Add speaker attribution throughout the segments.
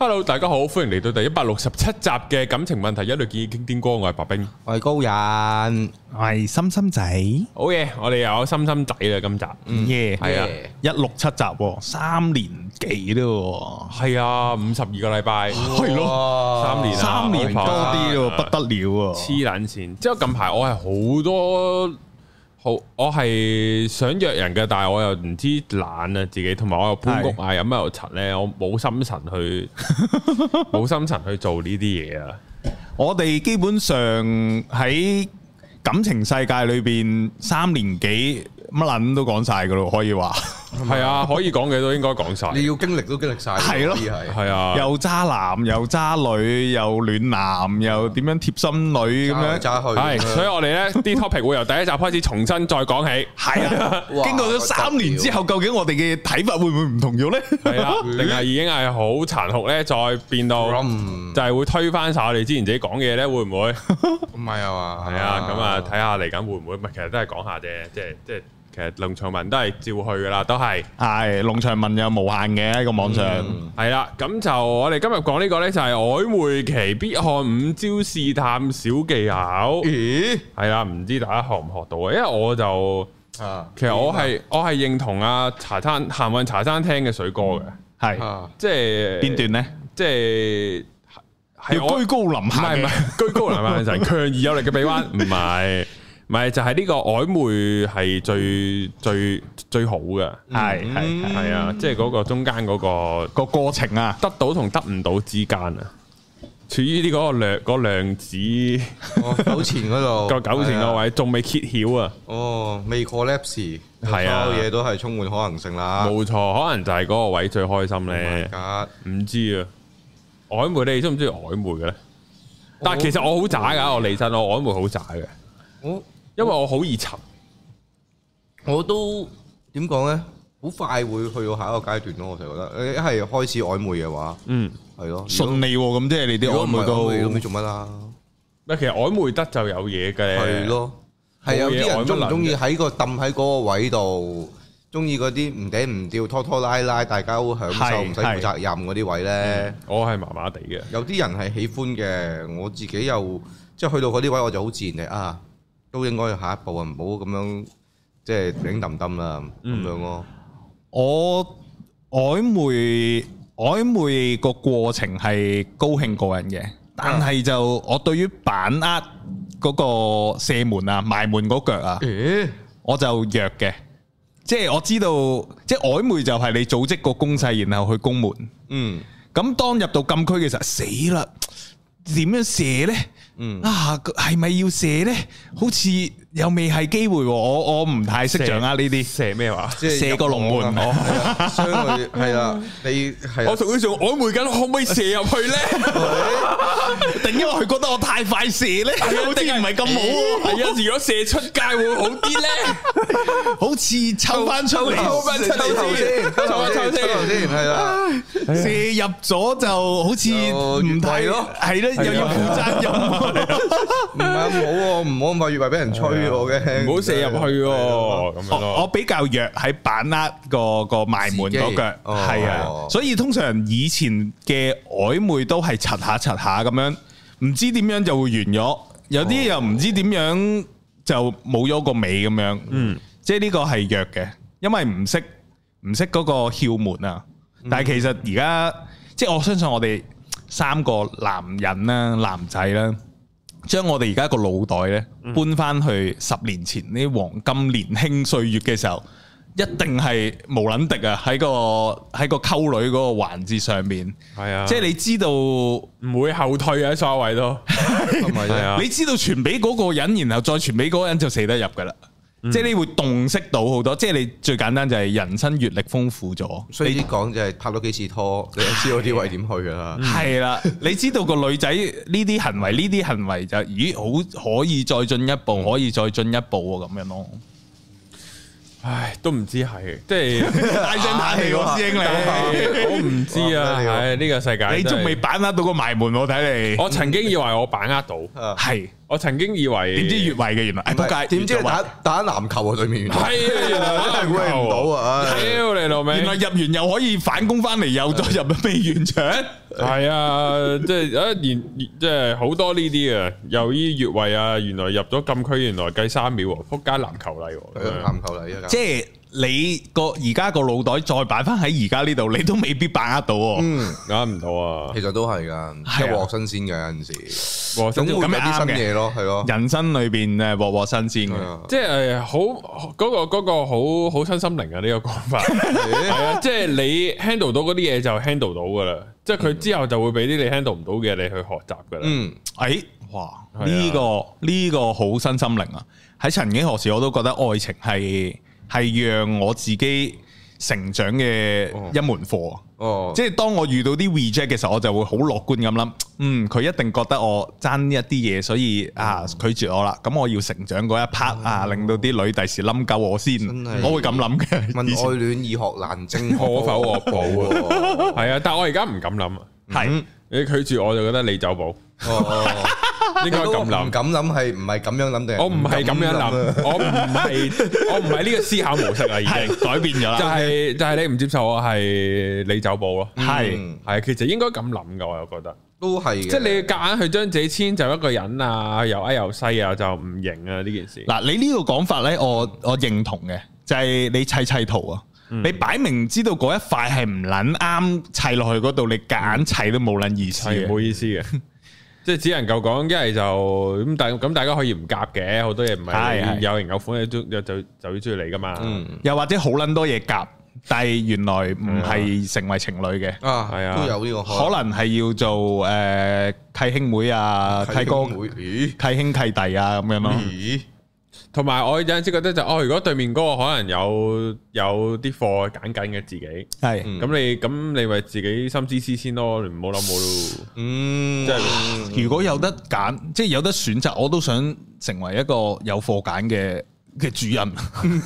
Speaker 1: Hello，大家好，歡迎嚟到第一百六十七集嘅感情問題一律建議傾天光，我係白冰。
Speaker 2: 外高人，
Speaker 3: 系心心仔，
Speaker 1: 好嘢，我哋有心心仔啦，今集
Speaker 3: 耶，
Speaker 1: 係啊。
Speaker 3: 一六七集喎，三年幾咯
Speaker 1: 係啊，五十二個禮拜，係
Speaker 2: 咯
Speaker 1: 三
Speaker 3: 喎，
Speaker 1: 年啊
Speaker 3: 三年多
Speaker 1: 好快啊
Speaker 3: 啲咯，不得了啊！
Speaker 1: 黐撚線。之後近排我係好多好，我係想約人嘅，但係我又唔知懶啊自己，同埋我又搬屋啊，又乜又柒咧，我冇心神 去，冇心神去做呢啲嘢啊。
Speaker 3: 我哋基本上喺感情世界裏邊，三年幾乜撚都講晒噶咯，可以話
Speaker 1: 係啊，可以講嘅都應該講晒。
Speaker 2: 你要經歷都經歷晒，
Speaker 3: 係咯
Speaker 2: 可以係
Speaker 1: 係啊，
Speaker 3: 又渣男又渣女又暖男又點樣貼心女咁樣，
Speaker 2: 揸去
Speaker 1: 係，所以我哋咧啲 topic 會由第一集開始重新再講起。
Speaker 3: 係啊！
Speaker 2: 哇
Speaker 3: 經過咗三年之後，究竟我哋嘅睇法會唔會唔同咗呢？
Speaker 1: 系啦，定係已經係好殘酷咧，再變到
Speaker 2: 嗯
Speaker 1: 就係會推翻晒我哋之前自己講嘅嘢咧，會唔會？係
Speaker 2: 唔係啊嘛，
Speaker 1: 啊，咁啊，睇下嚟緊會唔會？唔係，其實都係講下啫，即係即係，其實農場文都係照去噶啦，都係
Speaker 3: 係農場文又無限嘅喺個網上，
Speaker 1: 係啦。咁就我哋今日講呢個咧，就係曖昧期必看五招試探小技巧，
Speaker 2: 咦
Speaker 1: 係啦，唔知大家學唔學到啊？因為我就
Speaker 2: 啊，
Speaker 1: 其實我係我係認同啊茶餐行運茶餐廳嘅水哥嘅，
Speaker 3: 係
Speaker 2: 啊
Speaker 1: 即係
Speaker 3: 邊段呢？
Speaker 1: 即係係
Speaker 3: 要
Speaker 1: 我
Speaker 3: 居高臨
Speaker 1: 唔
Speaker 3: 下
Speaker 1: 係唔
Speaker 3: 嘅，
Speaker 1: 係， 居高臨下眼神，強而有力嘅臂彎，唔係唔係，就係呢個曖昧係最最最好嘅，
Speaker 3: 係係係
Speaker 1: 係啊，即係嗰個中間嗰個
Speaker 3: 個過程啊，
Speaker 1: 得到同得唔到之間啊，處於呢個量嗰量子
Speaker 2: 哦糾纏嗰 度，
Speaker 1: 個糾纏個
Speaker 2: 係啊，
Speaker 1: 位，仲未揭曉啊，
Speaker 2: 哦，未 collapse，
Speaker 1: 係啊
Speaker 2: 所有嘢都係充滿可能性啦。Oh
Speaker 1: 冇錯，可能就係嗰個位最開心咧，
Speaker 2: 格，
Speaker 1: 唔知啊，曖昧你中唔中意曖昧嘅咧？但係其實我好渣㗎，我離身我曖昧好渣嘅，
Speaker 2: 我
Speaker 1: 因為我好易沉。
Speaker 2: 我都點講咧？好快會去到下一個階段咯，我就覺得，一係開始曖昧嘅話，
Speaker 1: 嗯，
Speaker 2: 係咯，
Speaker 3: 順利喎，咁即係你啲
Speaker 2: 如果
Speaker 3: 曖
Speaker 2: 唔係
Speaker 3: 昧
Speaker 2: 曖昧咁你
Speaker 3: 都
Speaker 2: 做乜啦？
Speaker 1: 嗱，其實曖昧得就有嘢嘅，
Speaker 2: 係咯，係有啲人中唔中意喺個揼喺嗰個位度，中意嗰啲唔頂唔吊、拖拖拉拉，大家好享受，
Speaker 3: 係
Speaker 2: 唔使負責任嗰啲位呢。
Speaker 1: 我係麻麻地嘅，
Speaker 2: 有啲人係喜歡嘅，我自己又即係去到嗰啲位，我就好自然地啊，都應該下一步啊，唔好咁樣即係頂揼揼啦，咁樣咯。
Speaker 3: 我曖昧曖昧個過程係高興過人嘅，但係就我對於把握嗰個射門啊、埋門嗰腳啊，
Speaker 2: 咦？
Speaker 3: 我就弱嘅。即係我知道，即係曖昧就係你組織個攻勢，然後去攻門。
Speaker 2: 嗯
Speaker 3: 咁當入到禁區嘅時候，死啦！點樣射呢？
Speaker 2: 嗯
Speaker 3: 啊，係咪要射呢？好似又未係機會喎，我我唔太識掌握呢啲。
Speaker 1: 射咩話？
Speaker 2: 即係
Speaker 3: 射個龍 門
Speaker 2: 入網啊係啊相對係啦，你係啊啦
Speaker 1: 我同佢仲曖昧緊，可唔可以射入去咧？
Speaker 3: 定因為佢覺得我太快射呢？好似唔係咁好
Speaker 1: 係啊，如果射出街會好啲咧。
Speaker 3: 喎，好似抽翻出
Speaker 1: 抽
Speaker 3: 嚟，
Speaker 1: 翻出嚟先
Speaker 2: 抽頭
Speaker 1: 抽頭先
Speaker 2: 先，抽頭先，係啦。
Speaker 3: 射入咗就好似
Speaker 2: 就越位
Speaker 3: 唔睇
Speaker 2: 咯
Speaker 3: 係咯，又要負責任。
Speaker 2: 唔係咁好喎，唔好咁快越位俾人吹我嘅，
Speaker 1: 啊唔好射入去喎，咁樣
Speaker 3: 哦我我
Speaker 1: 咯。
Speaker 3: 比較弱喺把握個個埋門嗰
Speaker 2: 自
Speaker 3: 腳，
Speaker 2: 己
Speaker 3: 係
Speaker 2: 哦
Speaker 3: 啊，所以通常以前嘅曖昧都係擦下擦下咁樣，唔知點樣就會完咗，有啲又唔知點樣就冇咗個尾咁樣，嗯，即係呢個係弱嘅，因為唔識唔識嗰個竅門啊，
Speaker 1: 嗯
Speaker 3: 但係其實而家即係我相信我哋三個男人啦、男仔啦。將我哋而家個腦袋咧搬翻去十年前呢黃金年輕歲月嘅時候，一定係無撚敵啊！喺個喺個溝女嗰個環節上面，
Speaker 1: 係啊，
Speaker 3: 即
Speaker 1: 即
Speaker 3: 係
Speaker 1: 係
Speaker 3: 你知道，
Speaker 1: 你唔會後退啊，所有位都
Speaker 2: 係
Speaker 1: 係
Speaker 2: 咪啫？
Speaker 1: 啊。
Speaker 3: 你知道傳俾嗰個人，然後再傳俾嗰個人就死得入噶啦。即係你會洞悉到好多，即係你最簡單就係人生閱歷豐富咗，
Speaker 2: 所以啲講就係拍咗幾次拖，你就知道啲位點去啊㗎啦。
Speaker 3: 係啦，你知道個女仔呢啲行為，呢啲行為就咦好可以再進一步，可以再進一步喎咁樣咯。
Speaker 1: 唉，都唔知係，即 係
Speaker 3: 大聲打氣喎，師兄你，
Speaker 1: 我唔知啊。
Speaker 2: 哇
Speaker 1: 唉，呢個世界
Speaker 3: 你仲未
Speaker 1: 真係？
Speaker 3: 把握到個埋門喎，睇嚟
Speaker 1: 我曾經以為我把握到，
Speaker 2: 啊
Speaker 3: 係
Speaker 1: 我曾經以為
Speaker 3: 點知越位嘅原來，哎
Speaker 2: 唔係
Speaker 3: 仆街，
Speaker 2: 點知
Speaker 3: 越咗位
Speaker 2: 打打籃球啊？對面原來
Speaker 1: 係啊，原來打
Speaker 2: 真係
Speaker 1: 籃
Speaker 2: 估唔
Speaker 1: 球
Speaker 2: 到啊！唉
Speaker 1: 屌你老味
Speaker 3: 原！來入完又可以反攻翻嚟，又再入未完場。
Speaker 1: 係啊，即係啊，然即係好多呢啲啊，又依越位啊，原來入咗禁區，原來計三秒喎，撲街籃球嚟喎咁樣，
Speaker 2: 籃球嚟啊！
Speaker 3: 即係你個而家個腦袋再擺翻喺而家呢度，你都未必把握到喎。
Speaker 2: 嗯，
Speaker 1: 啱唔到 啊！
Speaker 2: 其實都係㗎，
Speaker 3: 係啊
Speaker 2: 一鑊新鮮嘅有陣時，
Speaker 1: 哇真
Speaker 2: 總會有
Speaker 1: 係
Speaker 3: 咁
Speaker 2: 啲
Speaker 3: 啱
Speaker 2: 新
Speaker 3: 嘅
Speaker 2: 嘢咯，係咯。
Speaker 3: 人生裏邊誒鑊鑊新鮮
Speaker 2: 係
Speaker 3: 嘅，
Speaker 2: 啊
Speaker 1: 即係好嗰個嗰個好好身心靈啊！呢個講 法係啊，即係你 handle 到嗰啲嘢就 handle 到噶啦，即係佢之後就會俾啲你 handle 唔到嘅你去學習噶啦。
Speaker 2: 嗯，
Speaker 3: 誒哎哇！
Speaker 1: 係啊
Speaker 3: 呢個呢個好身心靈啊！喺曾經何時我都覺得愛情係係讓我自己成長嘅一門課啊。
Speaker 2: 哦，
Speaker 3: 即係當我遇到啲 reject 嘅時候，我就會好樂觀咁諗，嗯，佢一定覺得我爭一啲嘢，所以啊拒絕我啦。咁我要成長嗰一 part 啊，令到啲女第時冧鳩我先
Speaker 2: 真係，
Speaker 3: 我會咁
Speaker 2: 問
Speaker 3: 諗嘅。以前
Speaker 2: 愛戀易學難精，
Speaker 1: 可否惡
Speaker 2: 補
Speaker 1: 係啊，但係我而家唔敢諗啊！
Speaker 3: 係
Speaker 1: 你拒絕我就覺得你走 寶，
Speaker 2: 哦，
Speaker 1: 應
Speaker 2: 應
Speaker 1: 該
Speaker 2: 該
Speaker 1: 咁諗
Speaker 2: 咁諗，唔。敢諗係唔係咁樣諗定？
Speaker 1: 我唔係咁樣諗，
Speaker 2: 啊
Speaker 1: 我唔係我唔係呢個思考模式啊啦，已經
Speaker 3: 係改變咗
Speaker 1: 嗯就
Speaker 3: 啦，
Speaker 1: 係就係你唔接受我係你走步咯，
Speaker 3: 係
Speaker 2: 嗯
Speaker 1: 係其實應該咁諗噶，我又覺得，
Speaker 2: 都係嘅，
Speaker 1: 即係你夾硬去將自己遷就一個人啊，又矮又細啊，就唔型啊呢件事。
Speaker 3: 嗱，你呢個講法呢，我我認同嘅，就係你砌砌圖啊。你擺明知道嗰一塊係唔撚啱砌落去嗰度，你夾硬砌都冇撚意思
Speaker 1: 係
Speaker 3: 嘅。
Speaker 1: 冇意思嘅，即係只能夠講，一係就咁，但咁大家可以唔夾嘅，好多嘢唔
Speaker 3: 係
Speaker 1: 係
Speaker 3: 係
Speaker 1: 有型有款，就就就要中意你噶嘛，
Speaker 2: 嗯
Speaker 3: 又或者好撚多嘢夾，但係原來唔係成為情侶嘅。
Speaker 2: 啊，
Speaker 1: 係啊
Speaker 2: 都有呢個
Speaker 3: 可能係要做誒契兄妹啊、
Speaker 2: 嗯
Speaker 3: 契哥、
Speaker 2: 會咦
Speaker 3: 契兄契弟啊咁樣咯。
Speaker 2: 咦
Speaker 1: 同埋我有陣時覺得就哦，如果對面嗰個可能有有啲貨揀緊嘅自己，
Speaker 3: 係
Speaker 2: 嗯
Speaker 1: 咁你咁你咪自己心思思先咯，你唔好諗我咯，
Speaker 2: 嗯，
Speaker 1: 即
Speaker 2: 係
Speaker 3: 如果有得揀，即係有得選擇，我都想成為一個有貨揀嘅嘅主人。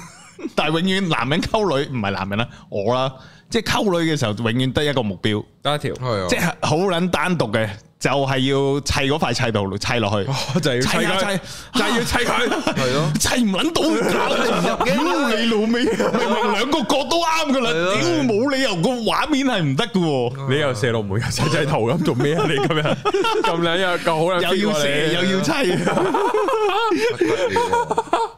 Speaker 3: 但係永遠男人溝女唔係男人啦，我啦，即係溝女嘅時候永遠得一個目標，
Speaker 1: 得一條，
Speaker 2: 係啊，
Speaker 3: 即係好撚單獨嘅，就係要砌嗰塊砌度砌落去，
Speaker 1: 我哦就要砌
Speaker 3: 砌啊
Speaker 1: 佢，
Speaker 3: 砌，
Speaker 1: 就係要砌 佢，
Speaker 2: 係咯，
Speaker 3: 砌唔撚到，搞 到屌你老味，明明兩個角都啱噶啦，
Speaker 2: 係啊
Speaker 3: 屌冇理由個畫面係唔得噶喎，
Speaker 1: 你又射落梅又砌砌頭咁做咩啊？你咁 樣咁兩日夠好啦，
Speaker 3: 又要射
Speaker 1: 射
Speaker 3: 又要砌，
Speaker 2: 乜鬼嚟㗎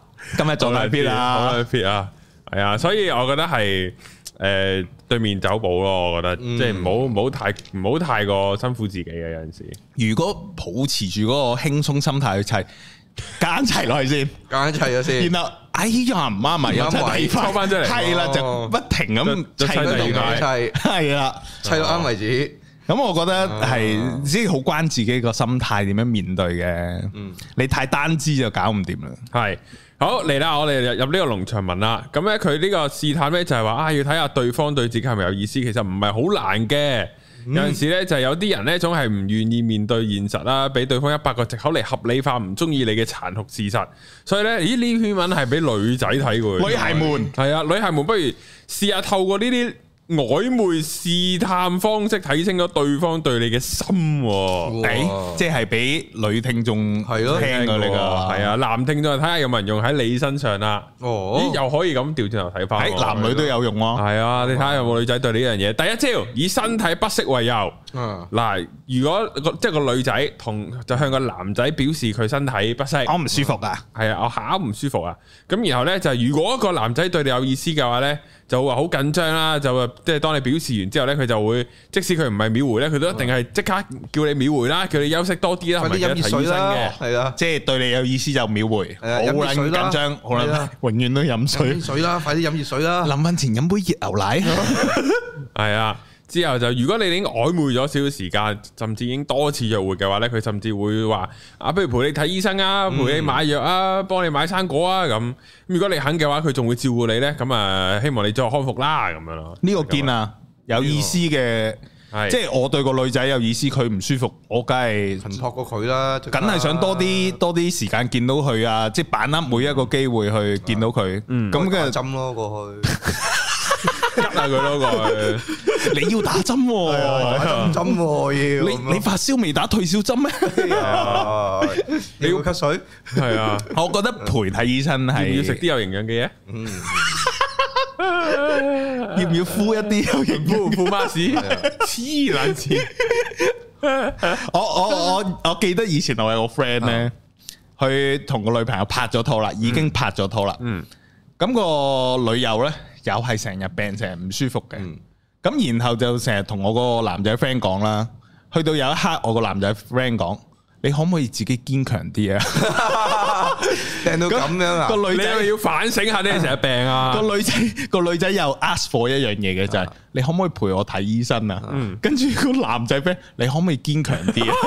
Speaker 3: 今日做大啲
Speaker 1: 好
Speaker 3: 啦，
Speaker 1: 大撇啊，系啊，所以我覺得係诶、呃、对面走步咯，我覺得、
Speaker 2: 嗯
Speaker 1: 即係唔好唔好太唔好太過辛苦自己嘅有陣時，
Speaker 3: 如果保持住嗰個輕鬆心態去砌，夾硬砌落去先。
Speaker 2: 揀一齊啊先，
Speaker 3: 然後哎呀唔啱啊埋，又真係
Speaker 1: 抽返出嚟
Speaker 3: 係啦，就
Speaker 2: 哦
Speaker 3: 不停咁
Speaker 1: 就
Speaker 3: 砌
Speaker 1: 就砌
Speaker 3: 嗰
Speaker 1: 第
Speaker 3: 度
Speaker 1: 二塊
Speaker 2: 砌
Speaker 3: 係啦。
Speaker 2: 砌到啱為止，
Speaker 3: 咁我覺得
Speaker 2: 啊
Speaker 3: 係即係好關自己個心態點樣面對嘅。你太單支就搞唔掂啦。
Speaker 1: 係好嚟啦，我哋入入呢個農場文啦，咁咧佢呢個試探咧就係話啊，要睇下對方對自己係咪有意思，其實唔係好難嘅。
Speaker 3: 嗯
Speaker 1: 有陣時咧，就係有啲人咧，總係唔願意面對現實啦，俾對方一百個藉口嚟合理化唔中意你嘅殘酷事實。所以咧，咦呢篇文係俾女仔睇嘅，
Speaker 3: 女孩們
Speaker 1: 系啊，女孩們不如試下透過呢啲曖昧試探方式睇清咗對方對你嘅心喎。
Speaker 2: 哇
Speaker 3: 誒即係俾女聽眾
Speaker 2: 係咯
Speaker 3: 聽㗎呢個
Speaker 1: 系啊，男聽眾就睇下有冇人用喺你身上啦。
Speaker 2: 哦
Speaker 1: 咦，又可以咁調轉頭睇翻
Speaker 3: 喺。男女都有用喎。
Speaker 1: 係啊，你睇下有冇女仔對你呢樣嘢。第一招以身體不適為由。
Speaker 2: 啊
Speaker 1: 嗱，如果個即係個女仔同就向個男仔表示佢身體不適，
Speaker 3: 我唔舒服啊，
Speaker 1: 係啊，我下唔舒服啊。咁然後呢，就如果個男仔對你有意思嘅話呢，就會話好緊張啦，就話即係當你表示完之後呢，佢就會即使佢唔係秒回呢，佢都一定係即刻叫你秒回啦，叫你休息多啲啦，
Speaker 2: 快
Speaker 1: 同埋叫
Speaker 2: 啲飲
Speaker 1: 你
Speaker 2: 熱
Speaker 1: 睇
Speaker 2: 水
Speaker 1: 醫生
Speaker 2: 啦
Speaker 1: 嘅，。
Speaker 2: 係啊，
Speaker 3: 即係對你有意思就秒回，好
Speaker 2: 係啊飲熱
Speaker 3: 撚
Speaker 2: 水啦
Speaker 3: 緊張，好撚
Speaker 2: 係啊
Speaker 3: 永遠都飲
Speaker 2: 飲
Speaker 3: 水
Speaker 2: 熱。水啦，快啲飲熱水啦，
Speaker 3: 臨瞓前飲杯熱牛奶。
Speaker 1: 係啊。之後就如果你已經曖昧咗少少時間，甚至已經多次約會嘅話呢，佢甚至會話啊，不如陪你睇醫生啊，
Speaker 3: 嗯
Speaker 1: 陪你買藥啊，幫你買生果啊咁。咁如果你肯嘅話，佢仲會照顧你呢。咁啊，希望你再康復啦咁樣咯。
Speaker 3: 呢個堅啊，有意思嘅，
Speaker 1: 係
Speaker 3: 即係我對個女仔有意思，佢唔舒服，我梗係
Speaker 2: 陳托過佢啦，梗
Speaker 3: 梗係想多啲多啲時間見到佢啊，即係把握每一個機會去見到佢。咁
Speaker 2: 咁嘅
Speaker 3: 嘅
Speaker 2: 針咯過去。
Speaker 1: 吉下佢咯，過去
Speaker 3: 你要打針喎，
Speaker 2: 打針針喎要
Speaker 3: 你你發燒未打退燒針咩？
Speaker 2: 你你要吸水，
Speaker 1: 系 啊，
Speaker 3: 我覺得陪睇醫生
Speaker 1: 要
Speaker 3: 係
Speaker 1: 唔要食啲有營養 嘅嘢？
Speaker 2: 嗯，
Speaker 3: 要唔要敷一啲有型
Speaker 1: 布布馬屎， 黐撚線，
Speaker 3: 我我我我記得以前我有個 friend 咧，佢同個女朋友拍咗拖啦，已經拍咗拖啦。
Speaker 1: 嗯，
Speaker 3: 咁個女友咧又係成日病，成日唔舒服嘅。
Speaker 2: 嗯
Speaker 3: 咁然後就成日同我個男仔 friend 講啦，去到有一刻我個男仔 friend 講：你可唔可以自己堅強啲啊？
Speaker 2: 掟到咁樣啊！Oh
Speaker 3: 個女
Speaker 1: 你
Speaker 3: 仔
Speaker 1: 係咪要反省下你成日病啊？
Speaker 3: 個女仔個女仔又 ask for 一樣嘢嘅就係你可唔可以陪我睇醫生啊？跟住個男仔 friend，你可唔可以堅強啲啊？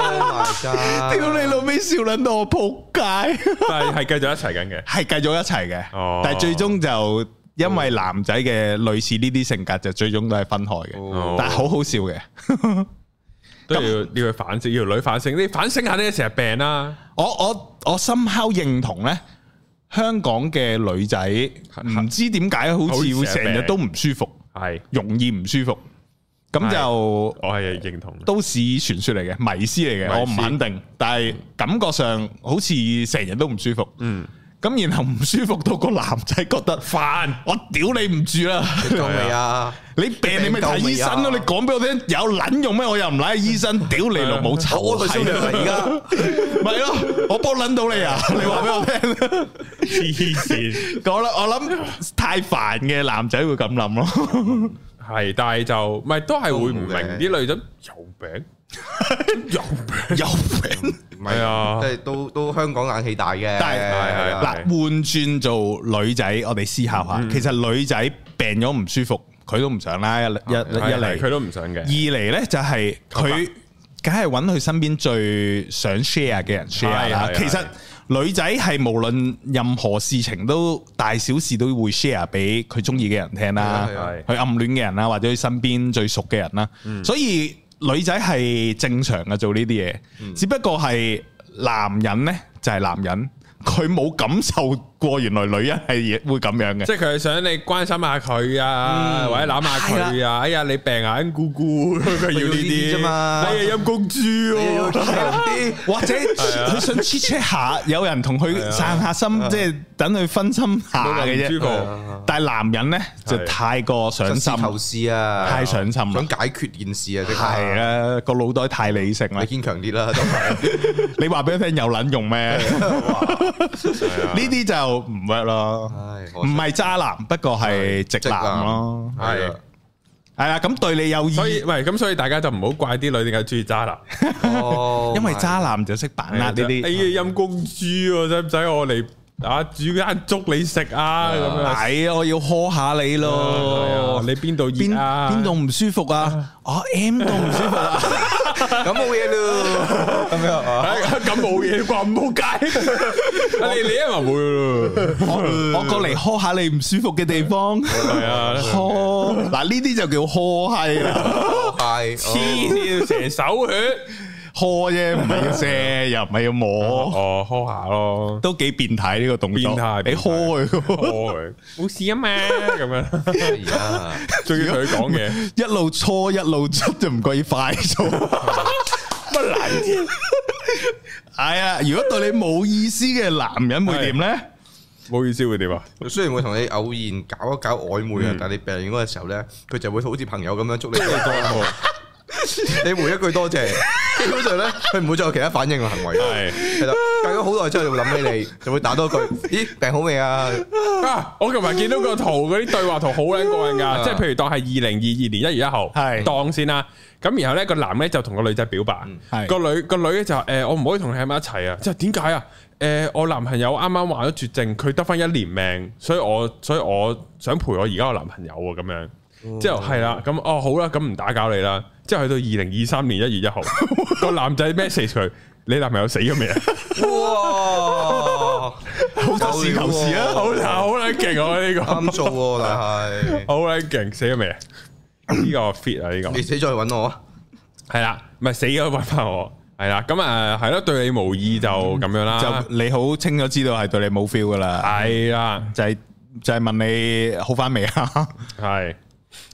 Speaker 2: Oh my god！
Speaker 3: 屌你老味，笑撚到我仆街！
Speaker 1: 但係係繼續一齊緊嘅。
Speaker 3: 系继续一齊嘅，
Speaker 1: 哦
Speaker 3: 但系最終就因為男仔嘅類似呢啲性格，就最終都係分開嘅。
Speaker 2: 哦
Speaker 3: 但係好好笑嘅，
Speaker 1: 都要要去反省，要女反省。你反省下你成日病啊啦，
Speaker 3: 我我我深刻認同呢香港嘅女仔唔知點解好似會成日都唔舒服，
Speaker 1: 係
Speaker 3: 容易唔舒服。咁就
Speaker 1: 我係認同嘅。
Speaker 3: 都市傳說嚟嘅，迷思嚟
Speaker 1: 迷思
Speaker 3: 嘅，我唔肯定。但係感覺上好似成日都唔舒服。
Speaker 1: 嗯，
Speaker 3: 咁然後唔舒服到個男仔覺得
Speaker 1: 煩
Speaker 3: 我屌你唔住啦。
Speaker 2: 你夠未啊？
Speaker 3: 你病你咪睇醫生咯，你
Speaker 2: 病
Speaker 3: 講俾我聽有撚用咩？我又唔撚去醫生，屌你老母臭
Speaker 2: 我屙到燒
Speaker 3: 閪
Speaker 2: 涼啦！而家
Speaker 3: 咪咯，我幫撚到你啊！你話俾我聽，
Speaker 1: 黐線
Speaker 3: 講啦， 我諗太煩嘅男仔會咁諗咯，
Speaker 1: 係，但係就唔係都係會唔明
Speaker 2: 都冇嘅
Speaker 1: 啲女仔有病，有病
Speaker 3: 有病。
Speaker 2: 唔係
Speaker 1: 係啊
Speaker 2: 即係都都香港冷氣大嘅，
Speaker 3: 但係
Speaker 1: 係
Speaker 2: Dạ.
Speaker 3: 嗱，換轉做女仔，我哋思考
Speaker 1: 嗯
Speaker 3: 下，其實女仔病咗唔舒服，佢都唔想啦，一一一
Speaker 1: 啊係係佢
Speaker 3: 嚟，
Speaker 1: 都唔想
Speaker 3: 二
Speaker 1: 嘅。
Speaker 3: 嚟咧就係佢。梗係揾佢身邊最想 share 嘅人 share 啦
Speaker 1: 係係。係
Speaker 3: 其實女仔係無論任何事情都大小事都會 share 俾佢中意嘅人聽啦
Speaker 2: 係啊係
Speaker 1: 啊，
Speaker 3: 佢暗戀嘅人啦，或者佢身邊最熟嘅人啦。所以女仔係正常嘅做呢啲嘢，只不過係男人呢，就係男人，佢冇感受過原來女人係會咁樣嘅
Speaker 1: 即。係佢係想你關心下佢啊，或者攬下佢啊。哎呀，你病啊，恩姑姑，佢要呢啲
Speaker 2: 佢要呢啲啫嘛
Speaker 1: 哎呀，陰公豬
Speaker 2: 你要
Speaker 1: 喎，
Speaker 2: 堅強啲。
Speaker 3: 或者佢想 check check 下，有人同佢散下心，即係等佢分心下嘅啫。
Speaker 1: 唔舒服
Speaker 3: 但係男人咧就太過上心
Speaker 2: 想，試透視啊，
Speaker 3: 太上心啦
Speaker 2: 想。解決件事啊，即刻
Speaker 3: 係，啊，個腦袋太理性啦
Speaker 2: 你。堅強啲啦，都係
Speaker 3: 你話俾佢聽有撚用咩？ 呢啲就唔 work 咯。
Speaker 2: 唉可
Speaker 3: 唔
Speaker 2: 惜
Speaker 3: 係渣男，不過係直男咯。
Speaker 2: 係啊
Speaker 3: 係啦，咁對你有意
Speaker 1: 所以，唔係咁，所以大家就唔好怪啲女點解中意渣男。
Speaker 2: 哦
Speaker 3: 因為渣男就識把握呢
Speaker 1: 哎
Speaker 3: 啲。
Speaker 1: 呀陰公豬喎，使唔使我嚟啊煮間粥你食啊咁樣？
Speaker 3: 係啊，我要呵下你咯
Speaker 1: 哦，。你邊度
Speaker 3: 邊
Speaker 1: 熱啊？
Speaker 3: 邊度唔舒服啊？我 M 度唔舒 服啊？
Speaker 2: 咁冇嘢咯，咁樣啊，
Speaker 1: 哎？咁冇嘢啩，唔好介。你你一咪會咯，
Speaker 3: 我我过嚟呵下你唔舒服嘅地方，
Speaker 1: 係啊。
Speaker 3: 呵嗱呢啲就叫呵 閪啦，
Speaker 2: 係
Speaker 1: 黐線，成手血，
Speaker 3: 呵啫，唔係要射，又唔係要摸，
Speaker 1: 哦，呵下 咯，
Speaker 3: 都幾變態呢個動作。
Speaker 1: 變態
Speaker 3: 你呵
Speaker 1: 呵
Speaker 3: 佢，
Speaker 1: 佢，冇事啊嘛，咁 樣，
Speaker 2: 而家
Speaker 1: 仲要佢講嘢，
Speaker 3: 一路搓一路捽就唔該快咗，乜難啫？係啊，如果對你冇意思嘅男人會點咧？
Speaker 1: 冇意思會點啊？
Speaker 2: 雖然會同你偶然搞一搞曖昧啊，但係你病嗰個時候咧，佢就會好似朋友咁樣祝你多謝，你回一句多謝，基本上咧佢唔會再有其他反應嘅行為。
Speaker 1: 係
Speaker 2: 係啦，隔咗好耐之後，就會諗起你，就會打多句：咦，病好未啊？
Speaker 1: 啊！我琴日見到個圖，嗰啲對話圖好撚過癮㗎，即係譬如當係二零二二年一月一號，
Speaker 3: 係
Speaker 1: 當先啦。咁然後咧個男咧就同個女仔表白
Speaker 3: 係，
Speaker 1: 個女個女咧就誒我唔可以同你喺埋一齊啊！即係點解啊？誒我男朋友啱啱患咗絕症，佢得翻一年命，所以我所以我想陪我而家個男朋友啊咁樣。之後係啦，咁哦好啦，咁唔打攪你啦。之後去到二零二三年一月一號，個男仔 message 佢：你男朋友死咗未啊？
Speaker 2: 哇！
Speaker 3: 好實事求是啊！
Speaker 1: 好好撚勁啊呢個！
Speaker 2: 啱做喎，但係
Speaker 1: 好撚勁，死咗未啊？呢個 fit 啊，呢個
Speaker 2: 你死再揾我啊！
Speaker 1: 係啦，咪死咗揾翻我，係啦，咁啊係咯，對你無意就咁樣啦
Speaker 3: 就，你好清楚知道係對你冇 feel 噶啦，
Speaker 1: 係啦，
Speaker 3: 就係就係問你好翻未啊？
Speaker 1: 係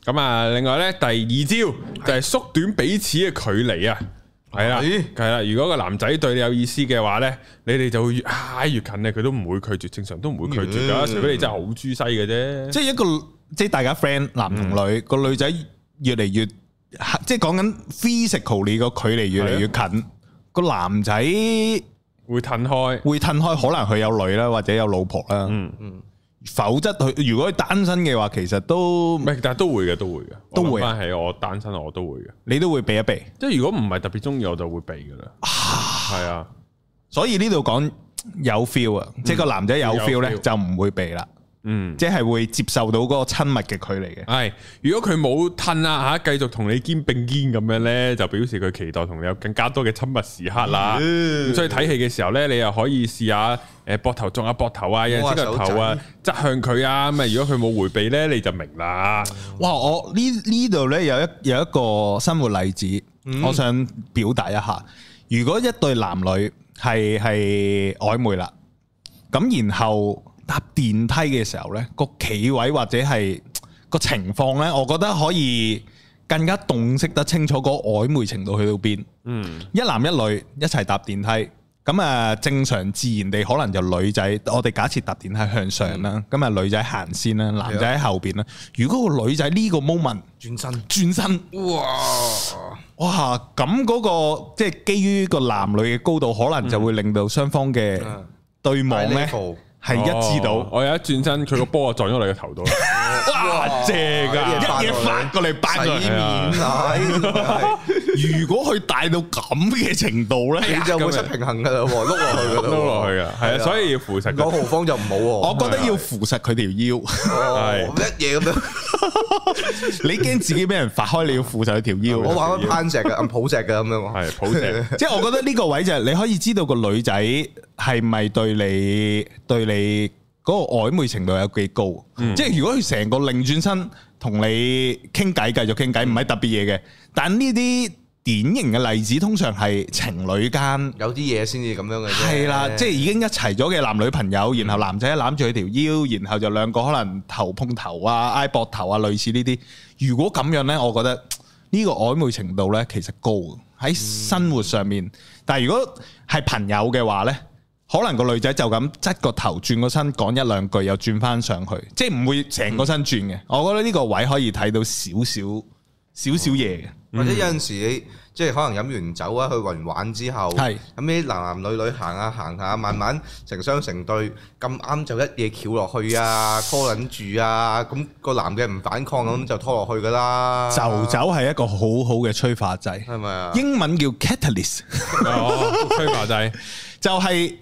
Speaker 1: 咁啊，另外咧第二招就係縮短彼此嘅距離啊，係啦，
Speaker 2: 咦
Speaker 1: 係啦。如果個男仔對你有意思嘅話咧，你哋就會越挨越近咧，佢都唔會拒絕，正常都唔會拒絕噶，
Speaker 2: 嗯
Speaker 1: 除非你真係好豬西嘅啫。
Speaker 3: 即係一個即係大家 friend 男同女，個女仔越嚟越即係講緊 physically 個距離越嚟越近，個男仔會
Speaker 1: 會褪開，
Speaker 3: 褪開，可能佢有女啦，或者有老婆啦。
Speaker 1: 嗯
Speaker 2: 嗯，
Speaker 3: 否則佢如果佢單身嘅話，其實都
Speaker 1: 唔係，但係都會嘅，都會嘅，
Speaker 3: 都會啊
Speaker 1: 翻起我單身我都會嘅，
Speaker 3: 你都會避一避。
Speaker 1: 即係如果唔係特別中意我就會避噶啦，係啊，
Speaker 3: 所以呢度講有 feel 啊，即係個男仔有
Speaker 1: 有
Speaker 3: feel 咧
Speaker 1: feel
Speaker 3: 就唔會避啦，
Speaker 1: 嗯。
Speaker 3: 即係會接受到嗰個親密嘅距離嘅。
Speaker 1: 系，如果佢冇褪啦吓，繼續同你肩並肩咁樣呢，就表示佢期待同你有更加多嘅親密時刻啦。咁所以睇戲嘅時候呢，你又可以試下诶膊頭撞下膊頭啊，有陣時個頭啊側向佢啊。咁啊，如果佢冇迴避呢，你就明啦。
Speaker 3: 哇！我呢呢度咧有一有一個生活例子，我想表達一下。如果一對男女係係曖昧啦，咁然後搭電梯嘅時候咧，個企位或者係個情況咧，我覺得可以更加洞悉得清楚個曖昧程度去到邊。
Speaker 1: 嗯，
Speaker 3: 一男一女一齊搭電梯，咁啊正常自然地可能就女仔，我哋假設搭電梯向上啦，咁啊女仔行先啦，男仔喺後邊啦。如果個女仔呢個 moment
Speaker 2: 轉身，
Speaker 3: 轉身，
Speaker 2: 哇！
Speaker 3: 哇！咁嗰、個即係基於個男女嘅高度，可能就會令到雙方嘅
Speaker 2: 嗯
Speaker 3: 對望呢
Speaker 2: level
Speaker 3: 係一致到。
Speaker 1: 哦我有一轉身，佢個波啊撞咗你個頭度啦。哇，正
Speaker 2: 呢
Speaker 1: 㗎！
Speaker 2: 啲
Speaker 3: 一嘢發過嚟，
Speaker 2: 洗
Speaker 3: 掰過
Speaker 2: 面
Speaker 3: 嚟。
Speaker 2: 奶，
Speaker 3: 如果佢大到咁嘅程度 呢，
Speaker 2: 你就會失平衡噶啦，碌落去噶啦，
Speaker 1: 碌落去㗎，係啊，所以要扶實
Speaker 2: 講
Speaker 1: 佢。
Speaker 2: 豪方就唔好喎，
Speaker 3: 我覺得要扶實佢條腰。
Speaker 2: 哦一嘢 咁樣。
Speaker 3: 你驚自己俾人發開，你要扶實佢條腰。
Speaker 2: 我玩緊攀石 嘅，暗抱石嘅咁樣喎。
Speaker 1: 係抱石，
Speaker 3: 即系我覺得呢個位就係你可以知道個女仔係咪對你對你嗰個曖昧程度有幾高。即系如果佢成個拧轉身同你傾偈，繼續傾偈，唔係特別嘢嘅。但呢啲典型嘅例子，通常係情侶間
Speaker 2: 有啲嘢先至咁樣嘅啫。嗯
Speaker 3: 係啦，即系已經一齊咗嘅男女朋友，然後男仔攬住佢條腰，然後就兩個可能頭碰頭啊、挨膊頭啊，類似呢啲。如果咁樣呢，我覺得呢個曖昧程度呢，其實高嘅
Speaker 2: 嗯
Speaker 3: 喺生活上面。但系如果係朋友嘅話呢，可能個女仔就咁側個頭轉個身講一兩句，又轉翻上去，即系唔會成個身轉
Speaker 2: 嗯
Speaker 3: 嘅。我覺得呢個位可以睇到少少少少嘢嘅。
Speaker 2: 或者有陣時你即係可能飲完酒啊，去雲玩之後，
Speaker 3: 係
Speaker 2: 咁啲男男女女行下行下，慢慢成雙成對，咁啱就一嘢翹落去啊，call 撚住啊，咁個男嘅唔反抗咁就拖落去噶啦，
Speaker 3: 就酒係一個好好嘅催化劑，
Speaker 2: 係咪啊？
Speaker 3: 英文叫 catalyst。
Speaker 1: 哦，吹麻仔，
Speaker 3: 就係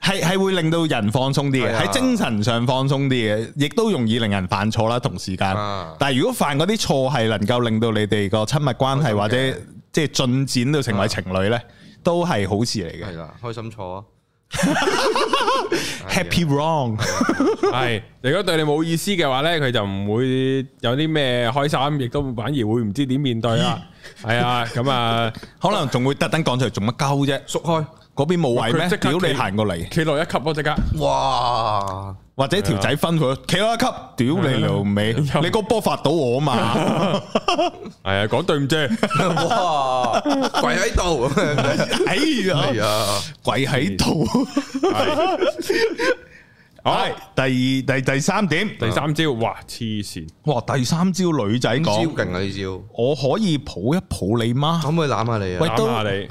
Speaker 3: 係係會令到人放鬆啲嘅，
Speaker 2: 係啊
Speaker 3: 喺精神上放鬆啲嘅，亦都容易令人犯錯啦。同時間
Speaker 2: 啊，
Speaker 3: 但係如果犯嗰啲錯係能夠令到你哋個親密關
Speaker 2: 開心
Speaker 3: 係
Speaker 2: 嘅
Speaker 3: 或者即係進展到成為情侶呢，都係好事
Speaker 2: 係
Speaker 3: 嚟嘅。
Speaker 2: 啦，開心坐啊
Speaker 3: Happy wrong，
Speaker 1: 系，如果對你冇意思嘅話咧，佢就唔會有啲咩開心，亦都反而會唔知點面對啦。 係啊，咁啊，
Speaker 3: 可能仲會特登講出嚟做乜鳩啫？
Speaker 2: 縮開，
Speaker 3: 嗰邊冇位
Speaker 1: 佢
Speaker 3: 咩？
Speaker 1: 即刻
Speaker 3: 屌
Speaker 1: 企
Speaker 3: 你行過嚟，
Speaker 1: 企落一級咯，即刻。
Speaker 2: 哇！
Speaker 3: 或者條仔分佢，企我一級，屌你老味，
Speaker 1: 又
Speaker 3: 你個波發到 我嘛？
Speaker 1: 係啊，講對 唔住，
Speaker 2: 哇！跪喺度，
Speaker 3: 哎
Speaker 2: 係
Speaker 3: 呀，
Speaker 2: 啊，
Speaker 3: 跪喺度。
Speaker 1: 好，
Speaker 3: 系第二第第三點。
Speaker 1: 第三招，哇，黐線，
Speaker 3: 哇！第三招女仔
Speaker 2: 招
Speaker 3: 講，
Speaker 2: 勁啊呢招，
Speaker 3: 我可以抱一抱你嗎？
Speaker 2: 可唔可以攬下你
Speaker 3: 喂
Speaker 2: 啊？
Speaker 1: 啱下你，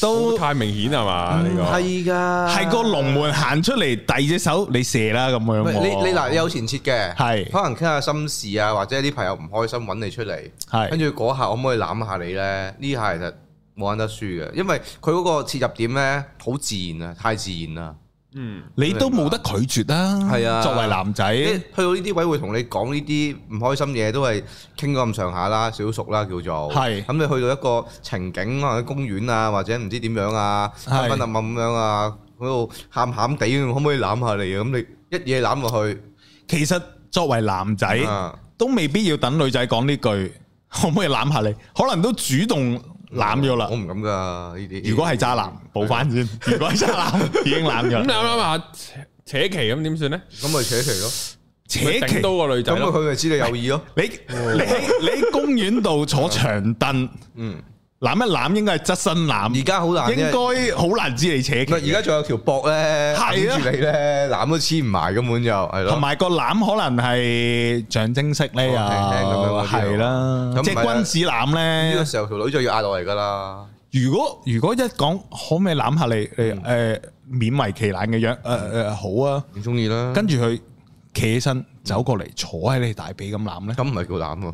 Speaker 3: 都嗯
Speaker 1: 太明顯係嘛？呢個
Speaker 2: 係㗎，
Speaker 3: 係個龍門行出嚟，遞隻手你射啦咁樣
Speaker 2: 喂
Speaker 3: 喎。
Speaker 2: 你你嗱你有前設嘅，
Speaker 3: 係
Speaker 2: 可能傾下心事啊，或者啲朋友唔開心揾你出嚟，
Speaker 3: 係
Speaker 2: 跟住嗰下可唔可以攬下你呢？呢下其實冇得輸嘅，因為佢嗰個切入點呢，好自然啊，太自然啦。
Speaker 1: 嗯，
Speaker 3: 你都冇得拒絕啦。
Speaker 2: 係啊
Speaker 3: 作為男
Speaker 2: 即
Speaker 3: 仔，
Speaker 2: 去到呢啲位會同你講呢啲唔開心嘢，都係傾咗咁上下啦，少熟啦叫做。
Speaker 3: 係
Speaker 2: 咁你去到一個情景，可能喺公園啊，或者唔知點樣啊，昏
Speaker 3: 係
Speaker 2: 昏暗暗咁樣啊，喺度喊喊地，可唔可以攬下你啊？咁你一嘢攬落去，
Speaker 3: 其實作為男仔
Speaker 2: 啊
Speaker 3: 都未必要等女仔講呢句， 可唔可以攬下你？可能都主動攬咗啦
Speaker 2: 我。唔敢㗎呢啲。
Speaker 3: 如果係渣男，補翻 先。如果係渣男，已經攬咗
Speaker 1: 咁
Speaker 2: 啊
Speaker 1: 你
Speaker 3: 啦。
Speaker 1: 諗諗下，扯扯旗咁點算咧？
Speaker 2: 咁咪扯旗咯，
Speaker 3: 扯
Speaker 1: 佢
Speaker 3: 旗
Speaker 1: 整到個女仔
Speaker 2: 咁
Speaker 1: 咯，
Speaker 2: 佢咪知你有意咯？
Speaker 3: 你你喺你喺公園度坐長凳，
Speaker 2: 嗯，
Speaker 3: 攬一攬應該係側身攬，
Speaker 2: 而家好難，
Speaker 3: 應該好難知你扯旗
Speaker 2: 唔係而家仲有條膊咧，
Speaker 3: 係啊
Speaker 2: 攬住你咧，攬都黐唔埋，根本就係咯。
Speaker 3: 同埋個攬可能係象徵式咧，又
Speaker 2: 哦聽聽咁樣嗰啲
Speaker 3: 係啦
Speaker 2: 咁，
Speaker 3: 即
Speaker 2: 唔係
Speaker 3: 係
Speaker 2: 啦
Speaker 3: 君子攬
Speaker 2: 呢個
Speaker 3: 咧。
Speaker 2: 時候條女就要壓落嚟㗎啦。
Speaker 3: 如果如果一講可唔可以攬下你，你
Speaker 2: 嗯
Speaker 3: 誒勉為其難嘅樣，誒誒好啊。
Speaker 2: 唔中意啦，
Speaker 3: 跟住佢企起身走過嚟，坐喺你大髀咁攬咧，
Speaker 2: 咁唔係叫攬喎，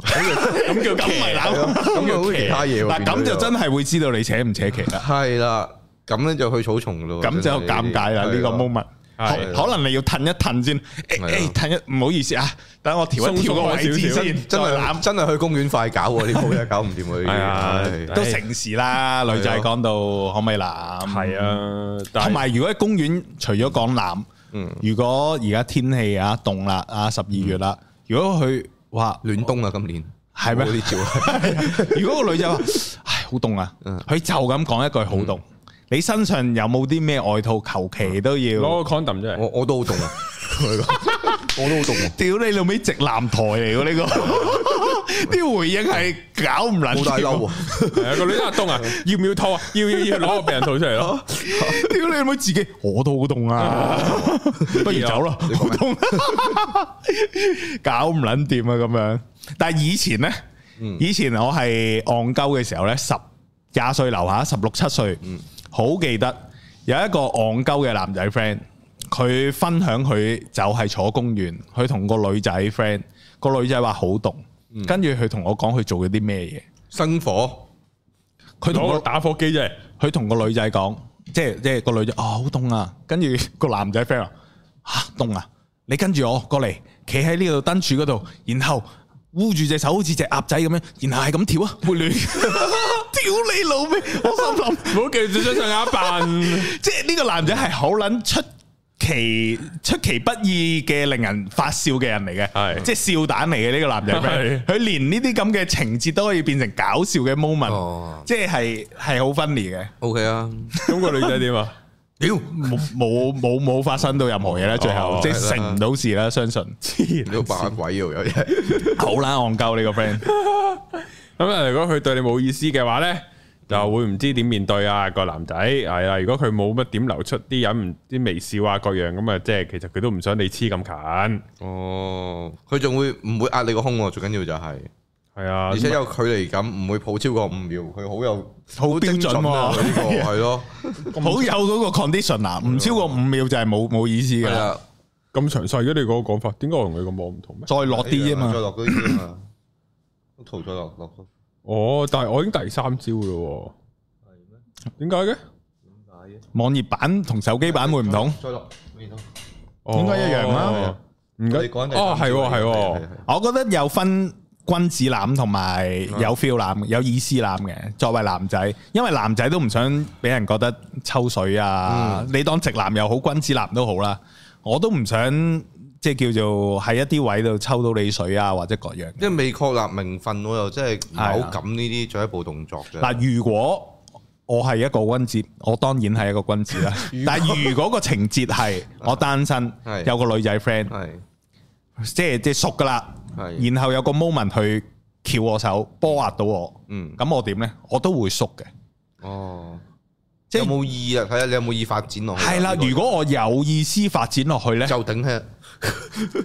Speaker 3: 咁叫咁咪攬。
Speaker 2: 啊咁啊又好似其他嘢喎。
Speaker 3: 嗱咁就真係會知道你扯唔扯旗啦。
Speaker 2: 係啦，咁咧就去草叢㗎咯。
Speaker 3: 咁就
Speaker 2: 真係
Speaker 3: 尷
Speaker 2: 呢啲
Speaker 3: 尬啦呢個
Speaker 2: 係啊
Speaker 3: moment。可
Speaker 1: 係
Speaker 3: 可能你要褪一褪先，誒
Speaker 2: 係啊
Speaker 3: 誒褪一，唔好意思啊，等我調一調個位置
Speaker 1: 鬆鬆開少少
Speaker 3: 先，
Speaker 2: 真
Speaker 3: 再
Speaker 2: 係
Speaker 3: 攬
Speaker 2: 真係去公園快搞喎，呢鋪 真係搞唔掂佢。
Speaker 1: 係啊
Speaker 2: 係
Speaker 3: 都成事啦。
Speaker 2: 啊
Speaker 3: 女仔講到可唔可以攬？
Speaker 1: 係啊，但
Speaker 3: 同
Speaker 1: 係
Speaker 3: 埋如果喺公園，除咗講攬，
Speaker 2: 嗯
Speaker 3: 如果而家天氣啊凍啦啊十二月啦，如果佢話
Speaker 2: 暖冬啊，今年
Speaker 3: 係咩
Speaker 2: 冇啲照啊，
Speaker 3: 如果個女仔 話：唉，好凍啊！
Speaker 2: 嗯
Speaker 3: 佢就咁講一句好凍。你身上有冇啲咩外套？求其都要。
Speaker 1: 攞個 condom 出
Speaker 3: 哦
Speaker 1: 嚟
Speaker 2: 我，我都好凍 啊，我都好凍啊，
Speaker 3: 屌你老味直男台嚟喎呢個，啲回應係搞唔撚。
Speaker 2: 冇大褸啊，
Speaker 1: 係啊個女仔話凍 啊，要唔要套啊？要要要攞個避孕套出嚟
Speaker 3: 哦
Speaker 1: 咯，
Speaker 3: 屌你老母自己，我都好凍啊，不如走啦，好凍，搞唔捻掂啊咁樣。但係以前呢，以前我係戇鳩嘅時候呢，十廿歲樓下，十六七歲，好記得有一個戇鳩嘅男仔 friend，佢分享佢就係坐公園，佢同個女仔 friend，個女仔話好凍，跟住佢同我講佢做咗啲咩嘢，
Speaker 2: 生火
Speaker 3: 佢同
Speaker 1: 攞
Speaker 3: 我
Speaker 1: 個打火機啫，
Speaker 3: 佢同個女仔講，即係即係個女仔啊好凍啊，跟住 個男仔 friend 話吓凍啊，你跟住我過嚟，企喺呢度燈柱嗰度，然後烏住隻手好似隻鴨仔咁樣，然後係咁跳啊，會暖。 屌你老味！我心諗，
Speaker 1: 唔好記住張上眼扮。
Speaker 3: 即係呢個男仔係好撚出奇出其不意嘅令人發笑嘅人嚟嘅，
Speaker 1: 係
Speaker 3: 即係笑蛋嚟嘅呢個男仔
Speaker 1: 係
Speaker 3: friend，佢連呢啲咁嘅情節都可以變成搞笑嘅 moment，、
Speaker 2: 哦
Speaker 3: 即係係好 funny 嘅。
Speaker 2: ，OK 啊，
Speaker 1: 咁個女仔點啊？
Speaker 2: 屌
Speaker 3: 冇冇冇冇發生到任何嘢啦，最後
Speaker 1: 哦
Speaker 3: 即係成唔到事啦，相信。
Speaker 2: 你都扮鬼喎有嘢，
Speaker 3: 好啦，戇鳩呢個 friend，
Speaker 1: 咁啊，如果佢對你冇意思嘅話咧，就會唔知點面對啊個男仔係啊啦。如果佢冇乜點流出啲人唔啲微笑啊各樣咁啊，即係其實佢都唔想你黐咁近。
Speaker 2: 哦，佢仲會唔會壓你個胸喎？最緊要就係，
Speaker 1: 係啊，
Speaker 2: 而且有距離感，唔會抱超過五秒，佢好有
Speaker 3: 好標準
Speaker 2: 啊，
Speaker 3: 喎，
Speaker 2: 呢個係咯，
Speaker 3: 好有嗰個 condition 啊，唔超過五秒 就係冇冇意思
Speaker 2: 係
Speaker 3: 噶啦，
Speaker 2: 啊，
Speaker 1: 咁詳細嘅你嗰個講法，點解我同佢咁講唔同咩？
Speaker 3: 再落啲啊
Speaker 2: 哎再
Speaker 3: 嘛，
Speaker 2: 落嗰啲啊嘛，圖再落落咯，
Speaker 1: 哦，但係我已經第三招咯喎。點解嘅？
Speaker 3: 網頁版同手機版會唔同？
Speaker 2: 再落，未到。
Speaker 1: 哦
Speaker 3: 應該一樣啦。
Speaker 1: 唔該
Speaker 2: 啊你講緊第三
Speaker 1: 哦，係喎係
Speaker 2: 招係啊係
Speaker 1: 喎
Speaker 2: 係。
Speaker 3: 我覺得有分君子攬同埋有 feel 攬，有意思攬嘅。作為男仔，因為男仔都唔想俾人覺得抽水啊。你當直男又好，君子男都好啦，我都唔想即係叫做喺一啲位度抽到你水啊，或者各樣。
Speaker 2: 因為未確立名分，我又真係唔係好敢呢啲進一步動作嘅。
Speaker 3: 嗱，如果我係一個君子，我當然係一個君子啦。但係如果啊個情節 係我單身
Speaker 2: 係，
Speaker 3: 有個女仔 friend，
Speaker 2: 係
Speaker 3: 即係即係熟噶啦，
Speaker 2: 係
Speaker 3: 然後有個 moment 去翹我手，波壓到我，
Speaker 2: 嗯
Speaker 3: 咁我點呢？我都會縮嘅，
Speaker 2: 哦，
Speaker 3: 即
Speaker 2: 有
Speaker 3: 係
Speaker 2: 冇意啊？睇下你有冇意發展落去。
Speaker 3: 係啦。
Speaker 2: 呢個
Speaker 3: 如果我有意思發展落去呢，
Speaker 2: 就頂佢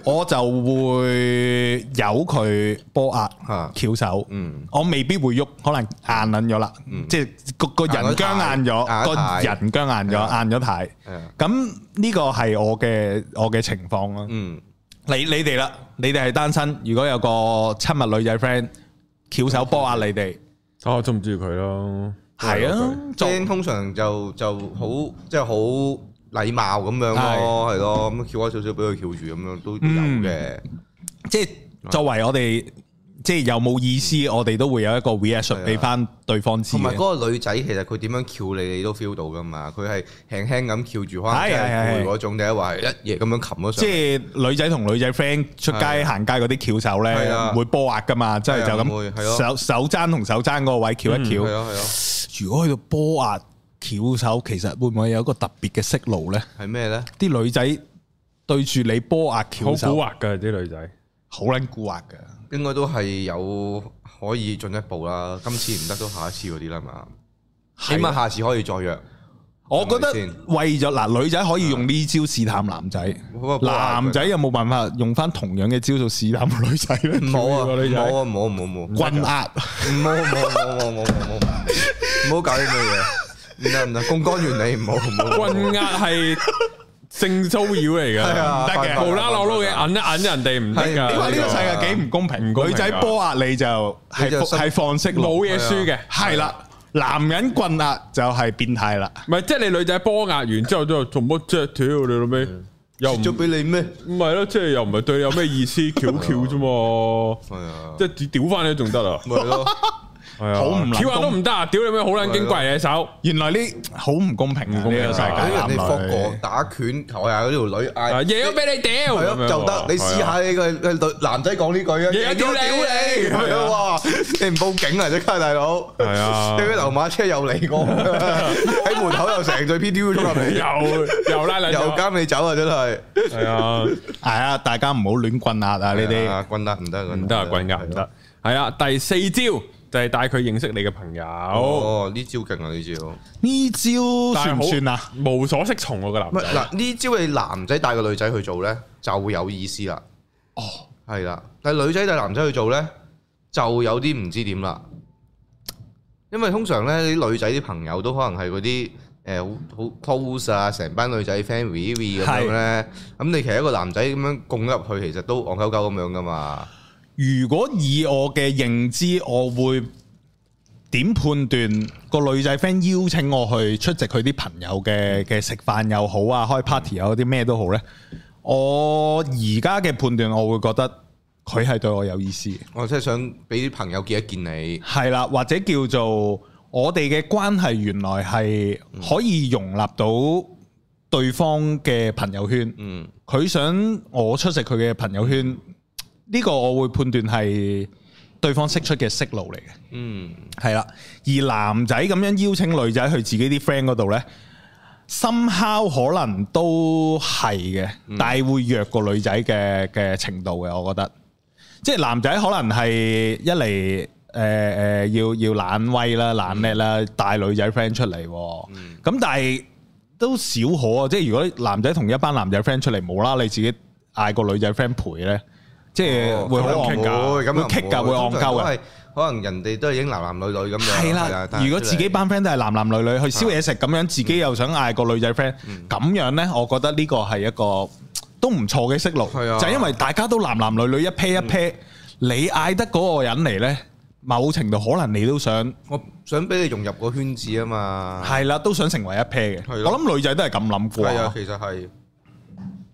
Speaker 3: 我就會由佢波壓
Speaker 2: 嚇，
Speaker 3: 翹手，
Speaker 2: 嗯
Speaker 3: 我未必會喐，可能硬撚咗啦，即係個個人僵硬
Speaker 2: 硬咗
Speaker 3: 咗，個
Speaker 2: 太
Speaker 3: 人僵硬
Speaker 2: 係啊
Speaker 3: 咗，硬咗太。
Speaker 2: 係啊，
Speaker 3: 咁呢個係我嘅我嘅情況咯。
Speaker 2: 嗯
Speaker 3: 你你哋啦，你哋係單身，如果有個親密女仔 friend 翹手波壓你哋，
Speaker 1: 睇啊我中唔中意佢咯。
Speaker 3: 係啊，做
Speaker 2: friend 通常就就好即係好禮貌咁樣咯，係咯，咁翹開少少俾佢翹住咁樣都有
Speaker 3: 嗯
Speaker 2: 嘅，
Speaker 3: 即係
Speaker 2: 啊
Speaker 3: 作為我哋即係有冇意思，我哋都會有一個 reaction 俾翻對方知
Speaker 2: 啊同埋
Speaker 3: 嘅。
Speaker 2: 嗰個女仔其實佢點樣翹你，你都 feel 到噶嘛。佢係輕輕咁翹住，可能
Speaker 3: 係
Speaker 2: 真
Speaker 3: 係
Speaker 2: 係
Speaker 3: 係
Speaker 2: 攰嗰種，定係話係一夜咁樣擒咗上
Speaker 3: 即
Speaker 2: 嚟。
Speaker 3: 係女仔同女仔 friend 出街
Speaker 2: 係啊
Speaker 3: 行街嗰啲翹手
Speaker 2: 係
Speaker 3: 咧，
Speaker 2: 啊
Speaker 3: 唔會波壓噶嘛，即
Speaker 2: 係
Speaker 3: 係
Speaker 2: 啊
Speaker 3: 就
Speaker 2: 唔會係咯
Speaker 3: 咁
Speaker 2: 嗯
Speaker 3: 手手踭同手踭嗰個位翹一
Speaker 2: 係啊
Speaker 3: 翹。
Speaker 2: 咯係咯，
Speaker 3: 如果去到波
Speaker 2: 啊
Speaker 3: 壓翹手，其實會唔會有一個特別嘅息路咧？
Speaker 2: 係咩咧？
Speaker 3: 啲女仔對住你波壓
Speaker 1: 好
Speaker 3: 翹
Speaker 1: 古
Speaker 3: 手，
Speaker 1: 惑噶啲女仔，
Speaker 3: 好撚蠱惑噶。
Speaker 2: 應該都係啊有可以進一步啦。今次唔得都下一次嗰啲啦嘛，啊起碼下次可以再約。
Speaker 3: 啊我覺得
Speaker 2: 啊係咪先
Speaker 3: 為咗嗱女仔可以用呢招試探男仔，
Speaker 2: 嗰個波壓
Speaker 3: 男仔有冇辦法用翻同樣嘅招數試探女仔 咧？
Speaker 2: 唔好啊，唔好
Speaker 1: 女仔
Speaker 2: 啊，唔好唔好唔好。
Speaker 3: 棍壓
Speaker 2: 唔好唔好唔好唔好唔好唔好，唔好搞呢啲嘢，唔得唔得，公干原理唔好唔 好。
Speaker 1: 棍壓係性騷擾嚟
Speaker 2: 係
Speaker 1: 噶，
Speaker 2: 啊
Speaker 1: 唔得
Speaker 2: 犯法
Speaker 1: 嘅，無啦啦攞嘢揞一揞人哋唔得
Speaker 2: 係
Speaker 3: 你話
Speaker 1: 噶
Speaker 3: 啊呢，個世界幾唔公平？
Speaker 1: 唔公平㗎
Speaker 3: 女仔波壓你就係
Speaker 2: 你就心
Speaker 3: 係啊放式
Speaker 1: 冇
Speaker 3: 路，
Speaker 1: 嘢輸嘅。
Speaker 3: 係啦。男人棍壓就係變態啦。
Speaker 1: 唔係，即係你女仔波壓完之後都做乜啫？屌你老味，又唔
Speaker 2: 咗俾你咩？
Speaker 1: 唔係咯？即係又唔係對你有咩意思，翹翹啫嘛。
Speaker 2: 係啊，
Speaker 1: 即係屌翻你都仲得啊！
Speaker 2: 咪咯，
Speaker 1: 係啊
Speaker 3: 好唔撚
Speaker 1: 翹下都唔得啊！屌你咩好撚矜貴你手，
Speaker 3: 原來呢好唔公平啊！呢
Speaker 1: 公平
Speaker 3: 個世界
Speaker 2: 俾人
Speaker 3: 男
Speaker 2: 哋復過
Speaker 3: 女
Speaker 2: 打拳，求下嗰條女
Speaker 1: 啊
Speaker 2: 嗌，
Speaker 1: 嘢都俾你屌，
Speaker 2: 係
Speaker 1: 咁樣
Speaker 2: 咯就得
Speaker 1: 喎。
Speaker 2: 你試
Speaker 1: 係啊
Speaker 2: 下你個個男仔講呢句啊，
Speaker 1: 嘢屌你
Speaker 2: 係啊，哇！你唔報警啊，即刻大佬，
Speaker 1: 係啊
Speaker 2: 你啲流馬車 又嚟過，喺門口又成隊 PDU 衝入嚟，
Speaker 1: 又又拉兩
Speaker 2: 又
Speaker 1: 加
Speaker 2: 監你走啊，真係
Speaker 1: 係啊，
Speaker 3: 係啊，大家唔好亂棍壓啊！呢
Speaker 2: 係
Speaker 3: 啲
Speaker 2: 啊棍得唔得？
Speaker 1: 唔得啊，棍壓唔得。係啊，第四招就係帶佢認識你嘅朋友，
Speaker 2: 哦，呢招勁啊！呢招，
Speaker 3: 呢招
Speaker 1: 但係
Speaker 3: 算唔
Speaker 1: 好
Speaker 3: 算啊？？
Speaker 1: 無所適從喎個男
Speaker 2: 唔係
Speaker 1: 仔，
Speaker 2: 啊嗱，呢招你男仔帶個女仔去做咧，就會有意思啦。哦，係啦，但係女仔帶男仔去做咧，就有啲唔知點啦。因為通常咧，啲女仔啲朋友都可能係嗰啲誒好好 close 啊，成班女仔 friend we we 咁樣咧。咁你其實一個男仔咁樣供入去，其實都戇鳩鳩咁樣噶嘛。
Speaker 3: 如果以我嘅認知，我會點判斷個女仔 friend 邀請我去出席佢啲朋友嘅嘅食飯又好啊，開 party 又好啲咩都好呢？我而家嘅判斷，我會覺得佢係對我有意思嘅，
Speaker 2: 我真係想俾啲朋友見一見你。
Speaker 3: 係啦，或者叫做我哋嘅關係原來係可以容納到對方嘅朋友圈。
Speaker 2: 嗯，
Speaker 3: 佢想我出席佢嘅朋友圈，呢、個我會判斷係對方釋出嘅息路嚟嘅，
Speaker 2: 嗯，
Speaker 3: 係啦。而男仔咁樣邀請女仔去自己啲 friend 嗰度呢，深烤可能都係嘅，
Speaker 2: 嗯
Speaker 3: 但係會弱過女仔嘅嘅程度嘅，我覺得。即係男仔可能係一嚟誒誒要要懶威啦、懶叻
Speaker 2: 嗯
Speaker 3: 啦，帶女仔 friend 出嚟喎，咁、但係都少可啊！即係如果男仔同一班男仔 friend 出嚟，冇啦，你自己嗌個女仔 friend 陪咧，即係
Speaker 2: 哦
Speaker 3: 會好
Speaker 2: 咁又唔
Speaker 3: 戇啊
Speaker 2: 會咁
Speaker 3: 會
Speaker 2: 又唔
Speaker 3: kick 㗎，會戇鳩啊
Speaker 2: 通常都
Speaker 3: 嘅。
Speaker 2: 係可能人哋都係已經男男女女咁樣。
Speaker 3: 係
Speaker 2: 係啊
Speaker 3: 啦，
Speaker 2: 但係
Speaker 3: 如果
Speaker 2: 出
Speaker 3: 自己
Speaker 2: 嚟
Speaker 3: 班 friend 都係男男女女去燒嘢食咁樣，自己又想嗌個女仔 friend，咁樣呢，我覺得呢個係一個都唔錯嘅息路，
Speaker 2: 係啊
Speaker 3: 就係因為大家都男男女女一 pair 一 pair，你嗌得嗰個人嚟呢，某程度可能你都想
Speaker 2: 我想俾你融入個圈子啊嘛。
Speaker 3: 係啦，都想成為一 pair 嘅。
Speaker 2: 係咯
Speaker 3: 我諗女仔都係咁諗過
Speaker 2: 係啊
Speaker 3: 啊，，
Speaker 2: 其實係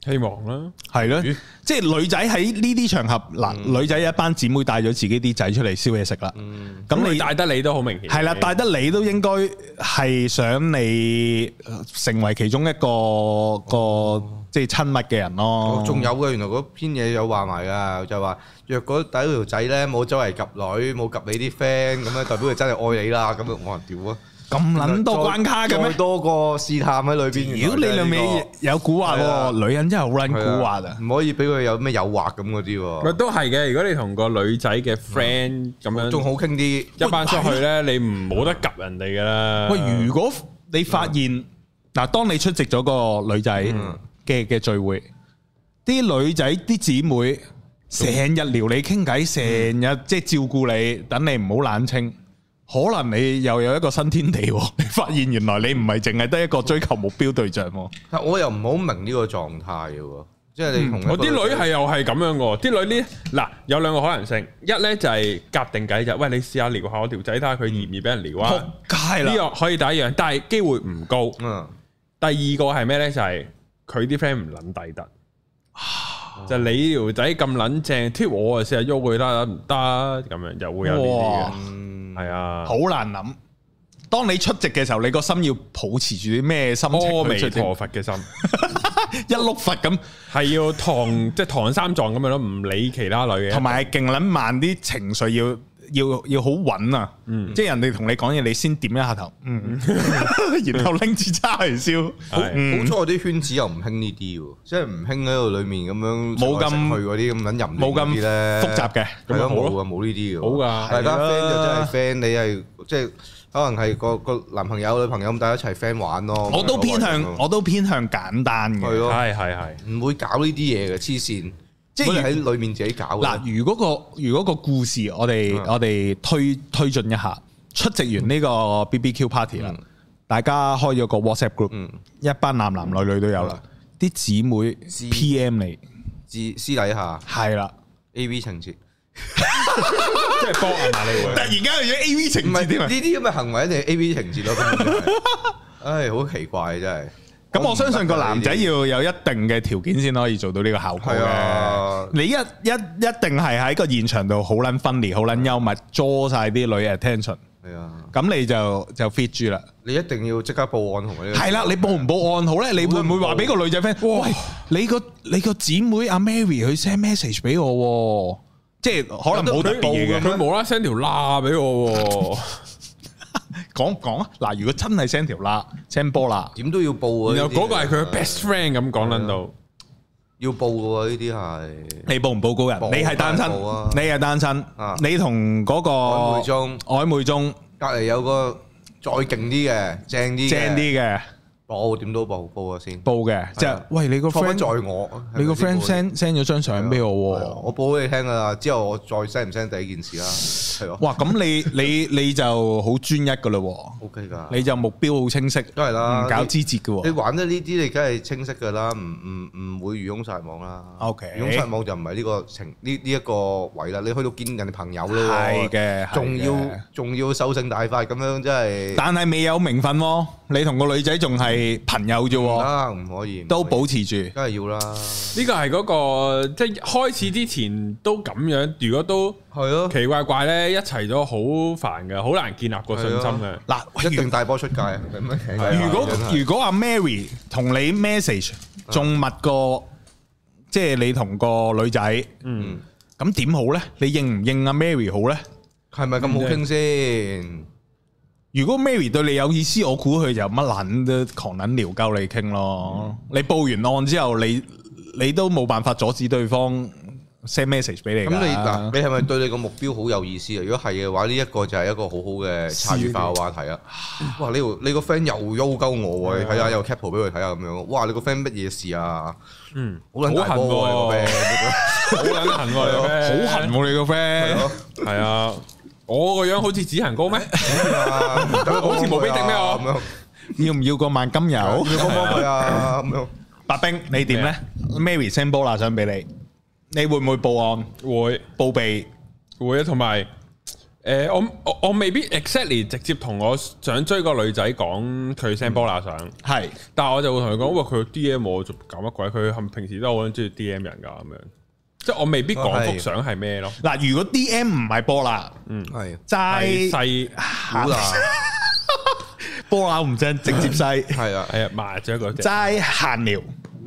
Speaker 1: 希望啦。
Speaker 3: 係咯
Speaker 1: 咦，
Speaker 3: 即係女仔喺呢啲場合嗱，女仔有一班姊妹帶咗自己啲仔出嚟燒嘢食啦，咁
Speaker 1: 咁
Speaker 3: 你
Speaker 1: 你帶得你都好明顯，
Speaker 3: 係啦，帶得你都應該係想你呃成為其中一個個即係親密嘅人咯
Speaker 2: 哦。仲有嘅，原來嗰篇嘢有話埋㗎，就話若果第一條仔咧冇周圍及女，冇及你啲 friend，咁咧代表佢真係愛你啦。咁樣我話屌啊！
Speaker 3: 咁撚多關卡嘅
Speaker 2: 再
Speaker 3: 咩？
Speaker 2: 多個試探喺裏邊。
Speaker 3: 屌你兩
Speaker 2: 兩
Speaker 3: 尾有蠱惑
Speaker 2: 係啊
Speaker 3: 喎，女人真係好撚蠱惑啊！
Speaker 2: 唔可以俾佢有咩誘惑咁嗰啲
Speaker 1: 咪
Speaker 2: 喎，
Speaker 1: 都係嘅。如果你同個女仔嘅 friend 咁樣，
Speaker 2: 嗯哦仲好傾啲。
Speaker 1: 一班出去咧，你唔冇得及人哋噶啦。
Speaker 3: 喂，如果你發現嗱，當你出席咗個女仔
Speaker 1: 嗯
Speaker 3: 嘅嘅聚會，啲女仔啲姊妹成日撩你傾
Speaker 1: 嗯
Speaker 3: 偈，成日即係照顧你，等你唔好冷清。可能你又有一個新天地喎，你 發現原來你唔係淨係得一個追求目標對象喎。
Speaker 2: 但我又唔好明呢個狀態嘅喎，即係
Speaker 3: 嗯
Speaker 2: 你同一個
Speaker 1: 我啲女係又係咁樣嘅喎，啲女呢嗱有兩個可能性，一咧就係夾定計就，喂你試下撩下我條仔，睇下佢易唔易俾人撩
Speaker 3: 仆
Speaker 1: 啊？
Speaker 3: 街
Speaker 1: 呢
Speaker 3: 嗯啦！
Speaker 1: 個可以第一樣，但係機會唔高。
Speaker 2: 嗯
Speaker 1: 第二個係咩咧？就係佢啲 friend 唔撚抵得，
Speaker 3: 啊
Speaker 1: 就你條仔咁撚正，貼我啊試下喐佢啦，唔得咁樣就會有呢啲
Speaker 3: 哇
Speaker 2: 嗯
Speaker 1: 嘅，係啊，
Speaker 3: 好難諗。當你出席嘅時候，你個心要保持住啲咩心情
Speaker 1: 阿
Speaker 3: 去
Speaker 1: 彌
Speaker 3: 出席？
Speaker 1: 陀佛嘅心。
Speaker 3: 一碌佛咁。
Speaker 1: 係要 唐即係唐三藏咁樣咯，唔理其他女嘅。
Speaker 3: 同埋係勁撚慢啲情緒要要要好穩啊，即係人哋同你講嘢，你先點一下頭，嗯， 然後拎支叉嚟燒，
Speaker 1: 好
Speaker 3: 嗯
Speaker 2: 好彩我啲圈子又唔興呢啲喎，即係唔興喺度裡面咁樣
Speaker 3: 冇咁
Speaker 2: 食來食去嗰啲咁撚淫亂
Speaker 3: 冇
Speaker 2: 嗰
Speaker 3: 咁
Speaker 2: 啲咧，
Speaker 3: 複雜嘅。
Speaker 2: 係
Speaker 1: 咁咪
Speaker 2: 咯，
Speaker 1: 好咯
Speaker 2: 冇啊，冇呢啲嘅喎。
Speaker 1: 好㗎
Speaker 2: 大家
Speaker 3: 係啦
Speaker 2: friend 就真係 friend，你係即係可能係個個男朋友女朋友咁，大家一齊 friend 玩咯。
Speaker 3: 我都偏向
Speaker 2: 冇所謂
Speaker 3: 我都偏向簡單
Speaker 2: 係
Speaker 3: 嘅。
Speaker 2: 咯，
Speaker 1: 係係係，
Speaker 2: 唔會搞呢啲嘢嘅，黐線，即
Speaker 3: 係
Speaker 2: 係喺裏面自己搞嘅。
Speaker 3: 嗱，如果個如果個故事，我哋
Speaker 2: 嗯
Speaker 3: 我哋推推進一下，出席完呢個 BBQ party 啦
Speaker 2: 嗯，
Speaker 3: 大家開咗個 WhatsApp group，
Speaker 2: 嗯
Speaker 3: 一班男男女女都有啦，啲姊妹
Speaker 2: 知
Speaker 3: PM 你，
Speaker 2: 自私底下
Speaker 3: 係啦，
Speaker 2: A V 情節，
Speaker 1: 即係幫人啊你
Speaker 3: 突
Speaker 1: 會。
Speaker 3: 然間有咗 A V
Speaker 2: 唔係
Speaker 3: 情節
Speaker 2: 呢
Speaker 3: 添啊！
Speaker 2: 啲咁嘅行為一定係 A V 情節咯，根本就係唉，好奇怪真係。
Speaker 3: 咁我相信個男仔
Speaker 2: 我唔得㗎呢
Speaker 3: 要有一定嘅條件先可以做到呢個效果
Speaker 2: 係
Speaker 3: 嘅
Speaker 2: 啊。
Speaker 3: 你一一一定係喺個現場度好撚分裂、好撚幽默，捉晒啲女 attention，
Speaker 2: 啲係啊，
Speaker 3: 咁你就就 fit 住啦。
Speaker 2: 你一定要即刻報案同佢呢個。
Speaker 3: 係啦，你報唔報案好咧？你會唔會話俾個女仔 friend？喂，你個你個姊妹阿 Mary 佢 send message 俾我喎，即係可能冇特別嘢嘅。
Speaker 1: 佢無啦啦 send 條罅俾我喎，
Speaker 3: 講唔講啊？嗱，如果真係 send 條啦，send 波啦，
Speaker 2: 點都要報啊！
Speaker 1: 然後嗰個係佢
Speaker 2: 呢啲
Speaker 1: 嘅 best friend 咁講撚
Speaker 3: 啊
Speaker 1: 到，
Speaker 2: 要報嘅喎，呢啲係
Speaker 3: 你報唔報高人？
Speaker 2: 報
Speaker 3: 你係單身，
Speaker 2: 梗係報啊
Speaker 3: 你係單身
Speaker 2: 啊，
Speaker 3: 你同嗰個
Speaker 2: 曖昧中
Speaker 3: 曖昧中
Speaker 2: 隔離有個再勁啲嘅，正啲嘅
Speaker 3: 正啲嘅
Speaker 2: 報點都報報啊先。
Speaker 3: 報嘅，即係
Speaker 2: 啊
Speaker 3: 喂你個
Speaker 2: 錯不
Speaker 3: friend，
Speaker 2: 在我，
Speaker 3: 你個
Speaker 2: 係咪
Speaker 3: friend
Speaker 2: 先
Speaker 3: send send 咗張相俾我
Speaker 2: 係啊
Speaker 3: 喎。
Speaker 2: 我報俾你聽㗎啦，之後我再 send 唔 send 第一件事啦，係咯
Speaker 3: 哇！咁你你你就好專一噶嘞喎，
Speaker 2: ，OK 㗎。
Speaker 3: 你就目標好清晰，
Speaker 2: 都係啦
Speaker 3: 唔搞枝節嘅
Speaker 2: 你
Speaker 3: 喎。
Speaker 2: 玩得呢啲，你梗係清晰㗎啦，唔唔唔會漁翁撒網啦。
Speaker 3: OK
Speaker 2: 漁翁撒網就唔係呢個情呢呢一個位啦。你去到見人哋朋友咯，
Speaker 3: 係嘅係嘅
Speaker 2: 仲要仲要獸性大發咁樣，真係
Speaker 3: 但係未有名分喎，你同個女仔仲係朋友啫
Speaker 2: 唔
Speaker 3: 喎，
Speaker 2: 啦，唔可以
Speaker 3: 都，
Speaker 2: 唔可
Speaker 3: 保持住
Speaker 2: 以。梗係要啦，
Speaker 1: 呢個係嗰個即係開始之前都咁樣，如果都
Speaker 2: 係咯，
Speaker 1: 奇怪怪咧，一齊都好煩嘅，好難建立個信心嘅。
Speaker 3: 嗱，
Speaker 2: 一
Speaker 3: 喂
Speaker 2: 定大波出界。咁樣奇怪
Speaker 3: 如果
Speaker 2: 真係啊
Speaker 3: 如果阿 Mary 同你 message 仲密過，即係你同個女仔，
Speaker 2: 嗯
Speaker 3: 咁點好呢？你應唔應阿 Mary 好呢？
Speaker 2: 係咪咁
Speaker 3: 嗯
Speaker 2: 好傾先？
Speaker 3: 如果 Mary 對你有意思，我估佢就乜撚都狂撚撩鳩你傾咯。你報完案之後，你你都冇辦法阻止對方 send message 俾你㗎。
Speaker 2: 咁你嗱，你係咪對你個目標好有意思啊？如果係嘅話，呢一個就係一個好好嘅茶餘化嘅話題啊！哇，你個你個 friend 又嬲鳩我
Speaker 1: 啊
Speaker 2: 喎，你睇下有 cap 圖俾佢睇下咁樣。哇，你個 friend 乜嘢事啊？
Speaker 1: 嗯，
Speaker 2: 好撚大
Speaker 1: 好
Speaker 2: 波啊
Speaker 1: 恨喎
Speaker 2: 喎，你
Speaker 1: 好撚痕喎，你
Speaker 3: 啊好痕喎你個 friend，
Speaker 1: 個 friend 係啊！我個樣好似紫痕膏咩？
Speaker 2: 個 friend 啊唔得
Speaker 1: 好似冇俾定咩啊我
Speaker 2: 咁樣，
Speaker 3: 要唔要個萬金
Speaker 2: 好
Speaker 3: 油？
Speaker 2: 要幫幫佢啊咁樣。
Speaker 3: 白冰，你點呢 m a r y send 波啦，想俾你，你會唔會報案
Speaker 1: 會
Speaker 3: 報備？
Speaker 1: 會啊，同埋誒，我我我未必 exactly 直接同我想追個女仔講佢 send 波拿相，
Speaker 3: 係
Speaker 1: 但係我就會同佢講，喂，佢 D M 我做搞乜鬼？佢係平時都好撚中意 D M 人㗎咁樣，即係我未必講幅相係咩咯，
Speaker 3: 嗱，如果 D M 唔係波啦，
Speaker 2: 係
Speaker 1: 係啊
Speaker 3: 齋
Speaker 1: 細
Speaker 2: 好啦，
Speaker 3: 波啦唔正，直接西
Speaker 2: 係啊，
Speaker 1: 係啊麻雀嗰隻，
Speaker 3: 齋閒聊，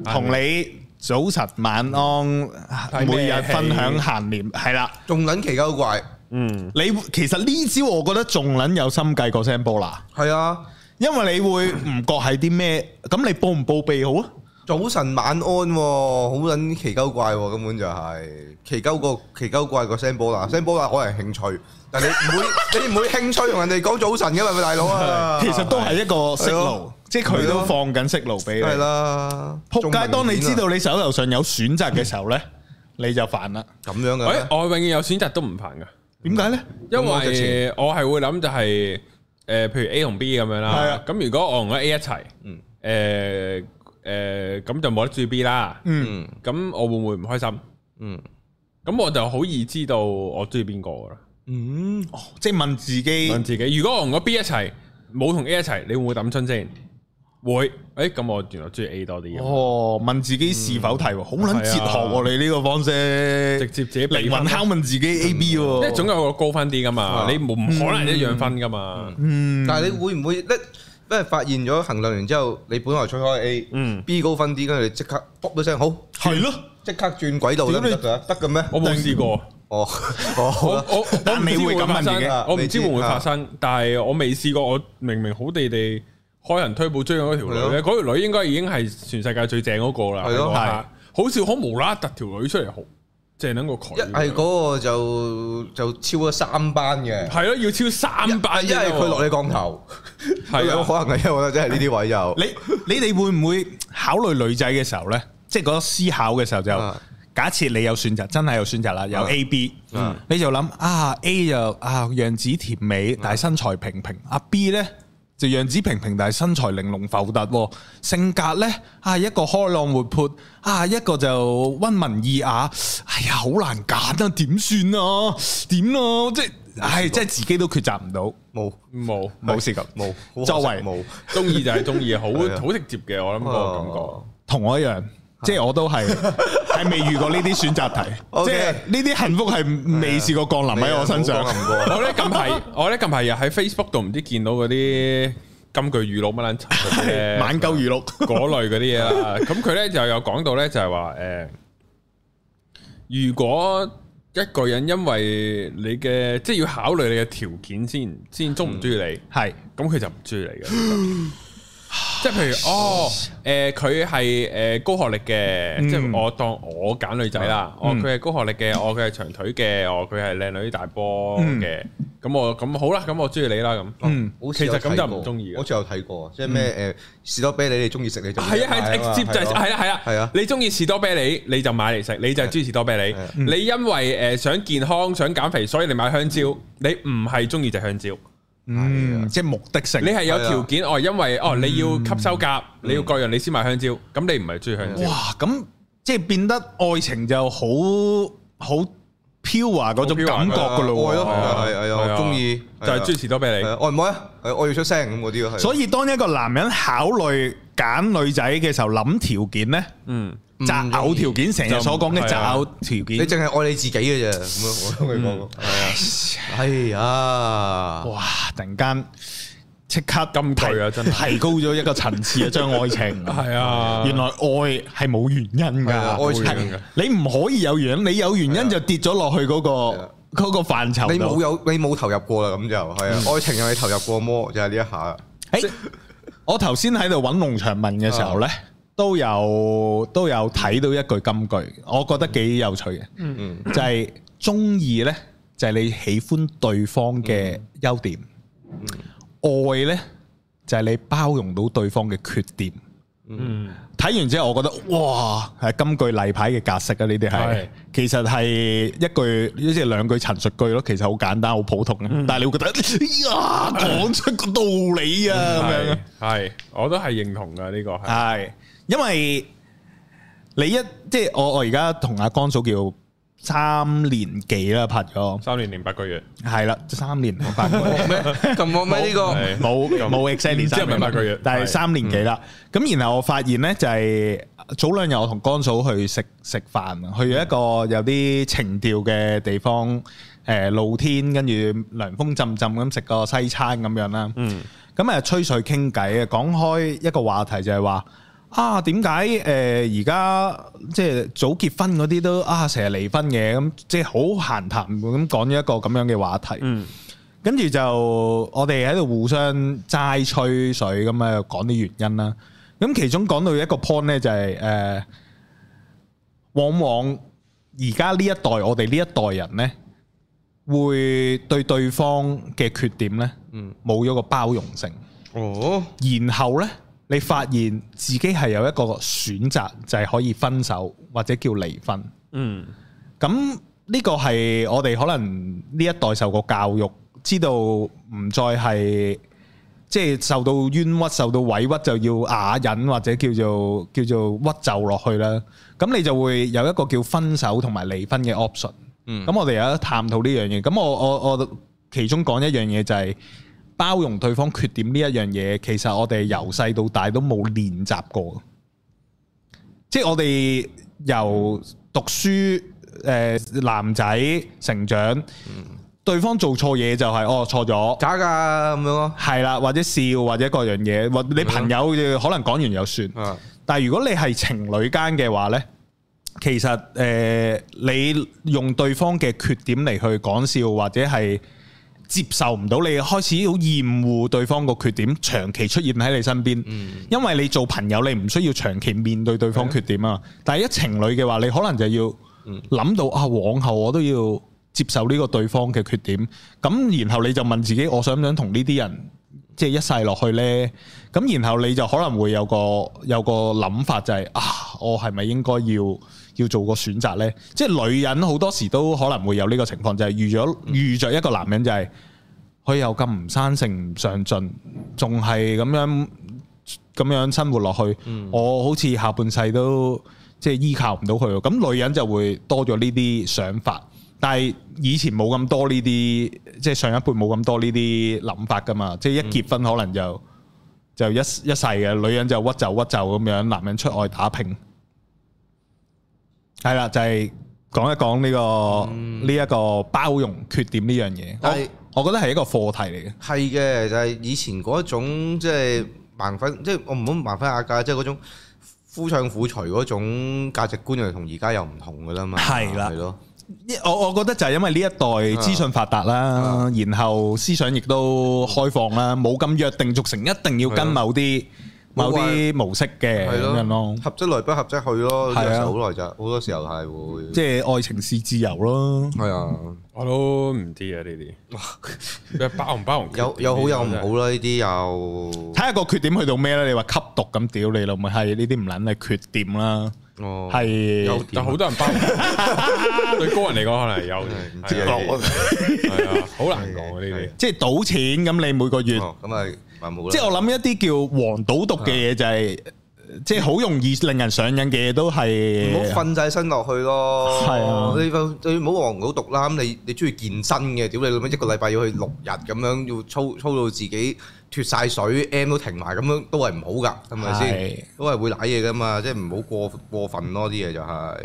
Speaker 3: 同你早晨晚安，
Speaker 1: 睇咩
Speaker 3: 每日分享閒聊，係啦。
Speaker 2: 仲撚奇鳩怪，
Speaker 1: 嗯，
Speaker 3: 你其實呢招我覺得仲撚有心計過 send 波啦，
Speaker 2: 係啊。
Speaker 3: 因為你會唔覺係啲咩，咁你報唔報備好啊？
Speaker 2: 早晨晚安喎，好撚奇鳩怪喎，根本就係奇鳩個奇鳩怪個聲波啦，聲波啦可能興趣，但你唔 會你唔會興趣同人哋講早晨嘅嘛，咪大佬啊，
Speaker 3: 其實都係一個 signal，
Speaker 2: 咯
Speaker 3: 即係佢都放緊 signal 俾
Speaker 2: 係
Speaker 3: 你。
Speaker 2: 啦，
Speaker 3: 仆
Speaker 2: 仲明
Speaker 3: 街，
Speaker 2: 顯
Speaker 3: 當你知道
Speaker 2: 啊
Speaker 3: 你手頭上有選擇嘅時候呢，你就煩啦。
Speaker 2: 咁樣嘅
Speaker 1: 誒
Speaker 2: 咩，
Speaker 1: 我永遠有選擇都唔煩㗎。
Speaker 3: 點解呢？
Speaker 1: 因為我係會諗就係、誒、譬如 A 同 B 咁樣
Speaker 3: 係
Speaker 1: 啦
Speaker 3: 啊。
Speaker 1: 咁如果我同咗 A 一齊，
Speaker 2: 嗯
Speaker 1: 誒誒咁就冇得住 B 啦。
Speaker 3: 嗯，
Speaker 2: 嗯
Speaker 1: 咁我會唔會唔開心？
Speaker 2: 嗯
Speaker 1: 咁我就好易知道我中意邊個噶啦。
Speaker 2: 嗯，
Speaker 3: 哦即係問自己
Speaker 1: 問自己，如果我同個 B 一齊，冇同 A 一齊，你會唔會抌春先？會。誒、咁我原來中意 A 多啲嘅，
Speaker 3: 哦，問自己是否提
Speaker 2: 嗯
Speaker 3: 喎，好撚
Speaker 1: 係啊
Speaker 3: 哲學喎！你呢個方
Speaker 1: 直
Speaker 3: 式，
Speaker 1: 接自己俾
Speaker 3: 靈
Speaker 1: 分
Speaker 3: 魂拷問自己 A B
Speaker 1: 即
Speaker 3: 喎
Speaker 1: 係。總有個高分啲噶嘛，
Speaker 2: 啊
Speaker 1: 你冇唔可能一樣分噶嘛。
Speaker 3: 嗯，
Speaker 2: 但係你會唔會咧？因為發現咗衡量完之後，你本來吹開 A
Speaker 1: 嗯，
Speaker 2: B 高分啲，跟住你即刻卜一聲好，
Speaker 3: 係咯，
Speaker 2: 即刻轉軌道得唔得㗎？得嘅咩？
Speaker 1: 我冇試過，
Speaker 2: 哦，
Speaker 1: 我
Speaker 2: 哦，
Speaker 1: 我我
Speaker 3: 但
Speaker 1: 唔
Speaker 3: 你
Speaker 1: 知
Speaker 3: 會
Speaker 1: 會
Speaker 3: 咁
Speaker 1: 發
Speaker 3: 問自己
Speaker 1: 生，我唔
Speaker 2: 你知
Speaker 1: 知
Speaker 2: 啊
Speaker 1: 會唔會發生，但係我未試過。我明明好地地開人推步追緊嗰條女
Speaker 2: 係
Speaker 1: 咧，嗰條女應該已經係全世界最正嗰個啦。
Speaker 2: 係咯
Speaker 1: 嗰下，好少可無啦啦突條女出嚟，好正撚過佢。
Speaker 2: 一係嗰個就就超咗三班嘅，
Speaker 1: 係咯，要超三百，啊
Speaker 2: 一係佢落你降頭，
Speaker 1: 係
Speaker 2: 有
Speaker 1: 啊，
Speaker 2: 可能嘅，因為我覺得真係呢啲位就
Speaker 3: 你你哋會唔會考慮女仔嘅時候呢？即係嗰個思考嘅時候就
Speaker 2: 啊
Speaker 3: 假設你有選擇，真係有選擇啦，有
Speaker 2: 啊
Speaker 3: A、B，
Speaker 2: 嗯
Speaker 3: 你就諗啊 A 就啊樣子甜美，
Speaker 2: 啊
Speaker 3: 但係身材平平；啊 B 呢，就樣子平平，但係身材玲瓏浮凸喎，性格呢，啊一個開朗活潑，啊一個就温文爾雅。哎呀，好難揀啊，點算啊？點啊？即係唉，即係自己都抉擇唔到，
Speaker 2: 冇
Speaker 1: 冇
Speaker 3: 冇事咁。
Speaker 2: 冇，好可惜
Speaker 3: 周圍
Speaker 2: 冇
Speaker 1: 中意就係中意，好
Speaker 2: 係啊
Speaker 1: 好直接嘅。我諗
Speaker 2: 哦
Speaker 1: 嗰
Speaker 3: 同我一樣，即係我都係係未遇過呢啲選擇題，即
Speaker 2: OK
Speaker 3: 係呢啲幸福係未試過降臨喺我身上。
Speaker 2: 你又冇啊
Speaker 1: 個感
Speaker 2: 講咁
Speaker 1: 覺。
Speaker 2: 過
Speaker 1: 我咧近排，我咧近排又喺 Facebook 度唔知見到嗰啲金句語錄乜撚柒嗰啲咧
Speaker 3: 晚鳩娛樂，
Speaker 1: 嗰類嗰啲嘢啦。 咁佢咧就有講到咧，就係話誒，如果一個人因為你嘅，即係要考慮你嘅條件先，先中唔中意你，
Speaker 3: 係
Speaker 1: 咁佢就唔中意 你嘅。其實即係譬如哦，誒佢係誒高學歷嘅，
Speaker 3: 嗯
Speaker 1: 即係我當我揀女仔啦，哦
Speaker 3: 嗯
Speaker 1: 佢係高學歷嘅，哦佢係長腿嘅，哦佢係靚女大波嘅，咁我咁好啦，咁我中意你啦咁。
Speaker 3: 嗯
Speaker 2: 好似
Speaker 1: 其
Speaker 2: 有
Speaker 1: 實咁就唔
Speaker 2: 睇過
Speaker 1: 鍾意嘅啊嗯
Speaker 2: 好似有睇過，即係咩誒士多啤梨你中意食你就
Speaker 1: 係啊係啊，直接就係係啦係啦，
Speaker 2: 係啊
Speaker 1: 你中意士多啤梨你就買嚟食，你就係中意士多啤梨
Speaker 2: 係啊。
Speaker 1: 你因為誒想健康想減肥，所以你買香蕉。你唔係中意隻香蕉，
Speaker 3: 嗯，即係目的性
Speaker 1: 你。係有條件
Speaker 2: 啊
Speaker 1: 哦，因為
Speaker 2: 嗯
Speaker 1: 哦你要吸收鉀，你要各樣你先買香蕉。咁你唔係中意香蕉，
Speaker 3: 哇，咁即係變得愛情就好好 pure 啊嗰種感覺噶
Speaker 2: 愛咯，係
Speaker 3: 咯。
Speaker 2: 啊係啊係
Speaker 1: 係
Speaker 2: 啊，
Speaker 1: 啊
Speaker 2: 中意
Speaker 1: 就係中意士多啤梨
Speaker 2: 係。啊愛唔愛啊？係愛要出聲咁嗰啲咯，係
Speaker 3: 所以當一個男人考慮揀女仔嘅時候，諗條件呢，
Speaker 1: 嗯，
Speaker 3: 擇偶條件，成日所講
Speaker 1: 就
Speaker 3: 嘅
Speaker 1: 唔係
Speaker 3: 擇
Speaker 1: 啊
Speaker 3: 偶條
Speaker 2: 你
Speaker 3: 件，
Speaker 2: 淨係愛你自己嘅啫。咁樣我同你講過，
Speaker 1: 嗯
Speaker 2: 係啊，係啊，
Speaker 3: 哇！突然間即刻
Speaker 1: 金句啊
Speaker 3: 提
Speaker 1: 真係
Speaker 3: 提高咗一個層次啊！將愛 情
Speaker 1: 係啊，
Speaker 3: 原來愛係冇原因㗎，
Speaker 2: 係啊愛情
Speaker 3: 係你唔可以有原因，你有原因就跌咗落去嗰
Speaker 2: 啊係啊
Speaker 3: 個嗰個範疇
Speaker 2: 你冇
Speaker 3: 度。
Speaker 2: 有你冇投入過啦，咁就係
Speaker 1: 嗯
Speaker 2: 啊，愛情有你投入過麼？就係呢一下啦。
Speaker 3: 誒，我頭先喺度揾農場問嘅時候呢，
Speaker 1: 啊
Speaker 3: 都有都有睇到一句金句，我覺得幾有趣嘅，
Speaker 2: 嗯
Speaker 3: 就係中意呢，就係你喜歡對方
Speaker 1: 嗯
Speaker 3: 嘅優點，愛呢，就係你包容到對方嘅缺點。
Speaker 1: 嗯
Speaker 3: 睇完之後，我覺得哇，係金句例牌嘅格式啊！呢啲係
Speaker 1: 係
Speaker 3: 其實係一句，即係兩句陳述句咯。其實好簡單，好普通嘅，
Speaker 1: 嗯
Speaker 3: 但係你會覺得，哎呀，講出個道理啊咁樣
Speaker 1: 嗯係。係，我都係認同噶呢個係。
Speaker 3: 係，因為你一即係我我而家同阿江嫂叫三年幾啦，拍咗
Speaker 1: 三年零八個月，
Speaker 3: 係啦，三年啊八個月。
Speaker 2: 咁我咩呢個
Speaker 1: 係
Speaker 3: 冇
Speaker 1: 咁
Speaker 3: 冇 exactly
Speaker 1: 唔知係咪
Speaker 3: 三年
Speaker 1: 八個月
Speaker 3: 但係
Speaker 1: 係
Speaker 3: 三年幾啦。咁然後我發現呢，就係早兩日我同江嫂去食食飯，去咗一個有啲情調嘅地方，誒露天，跟住涼風陣陣咁食個西餐咁樣啦。
Speaker 1: 嗯，
Speaker 3: 咁啊吹水傾偈啊，講開一個話題就係話啊點解誒而家即係早結婚嗰啲都啊成日離婚嘅咁，即係好閒談咁講咗一個咁樣嘅話題。
Speaker 1: 嗯，
Speaker 3: 跟住就我哋喺度互相齋吹水咁啊，講啲原因啦。咁其中講到一個 point 呢，就係、誒、呃往往而家呢一代我哋呢一代人呢，會對對方嘅缺點呢，
Speaker 2: 嗯
Speaker 3: 冇咗個包容性。
Speaker 2: 哦，
Speaker 3: 然後呢，你發現自己係有一個選擇，就係、可以分手或者叫離婚。
Speaker 1: 嗯，
Speaker 3: 咁呢個係我哋可能呢一代受過教育，知道唔再係即係受到冤屈、受到委屈就要啞忍或者叫做叫做屈就落去啦。咁你就會有一個叫分手同埋離婚嘅 option。
Speaker 2: 嗯
Speaker 3: 咁我哋有得探討呢樣嘢。咁我我我其中講一樣嘢就係包容對方缺點呢一樣嘢，其實我哋由細到大都冇練習過。即係我哋由讀書誒、呃男仔成長，對方做錯嘢就係、哦錯咗，
Speaker 2: 假㗎咁樣咯。
Speaker 3: 係啦，或者笑或者各樣嘢，或你朋友可能講完又算。
Speaker 2: 啊，
Speaker 3: 但係如果你係情侶間嘅話呢，其實诶、呃你用對方嘅缺點嚟去講笑，或者係接受唔到，你開始好厭惡對方個缺點，長期出現喺你身邊。因為你做朋友，你唔需要長期面對對方缺點啊。但係一情侶嘅話，你可能就要諗到啊，往後我都要接受呢個對方嘅缺點。咁然後你就問自己，我想唔想同呢啲人？即係一世落去呢，咁然後你就可能會有個有個諗法就係、啊，我係咪應該要要做個選擇呢？即係女人好多時都可能會有呢個情況，就係、遇咗遇着一個男人就係、佢又咁唔生性唔上進，仲係咁樣咁樣生活落去，
Speaker 2: 嗯
Speaker 3: 我好似下半世都即係依靠唔到佢喎。咁女人就會多咗呢啲想法，但係以前冇咁多呢啲，即係上一輩冇咁多呢啲諗法噶嘛。即係
Speaker 2: 嗯
Speaker 3: 一結婚可能就就一一世嘅，女人就屈就屈就咁樣，男人出外打拼。係啦，就係、講一講呢、個呢一、個包容缺點呢樣嘢，
Speaker 2: 嗯但係
Speaker 3: 我我覺得係一個課題嚟嘅。
Speaker 2: 係嘅，就係、以前嗰一種即係盲婚，即係我唔好盲婚啞嫁，即係嗰種夫唱婦隨嗰種價值觀，又同而家又唔同噶啦嘛。
Speaker 3: 係啦
Speaker 2: 係咯，
Speaker 3: 我我覺得就係因為呢一代資訊發達啦，然後思想亦都開放啦，冇咁約定俗成，一定要跟某啲某啲模式嘅
Speaker 2: 係
Speaker 3: 咁
Speaker 2: 咯
Speaker 3: 樣咯，，
Speaker 2: 合則來不合則去咯，有
Speaker 3: 係啊
Speaker 2: 時候好耐就好多時候係會。
Speaker 3: 即係愛情是自由咯。
Speaker 2: 係啊，
Speaker 1: 我都唔知啊呢 啲，包唔包容
Speaker 2: 有有好有唔好啦，呢啲又
Speaker 3: 睇下個缺點去到咩啦？你話吸毒咁屌你老母係呢啲唔撚係缺點啦，
Speaker 2: 哦
Speaker 3: 係
Speaker 2: 有
Speaker 1: 但好多人包容， 對高人嚟講可能係有嘅，
Speaker 2: 唔知
Speaker 1: 係
Speaker 2: 啊
Speaker 1: 啊係啊，好難講啊呢啲。
Speaker 3: 即係賭錢咁，你每個月
Speaker 2: 哦咁啊，咪冇啦。
Speaker 3: 即係我諗一啲叫黃賭毒嘅嘢就係即係好容易令人上癮嘅嘢都係
Speaker 2: 唔好瞓晒身落去咯。
Speaker 3: 係啊
Speaker 2: 你個你唔好黃賭毒啦。咁你你中意健身嘅，屌你老味一個禮拜要去六日咁樣，要操操到自己脱晒水，M 都停埋咁樣，都係唔好噶，係咪
Speaker 3: 係
Speaker 2: 先？都係會舐嘢噶嘛，即係唔好過過分咯，啲嘢就係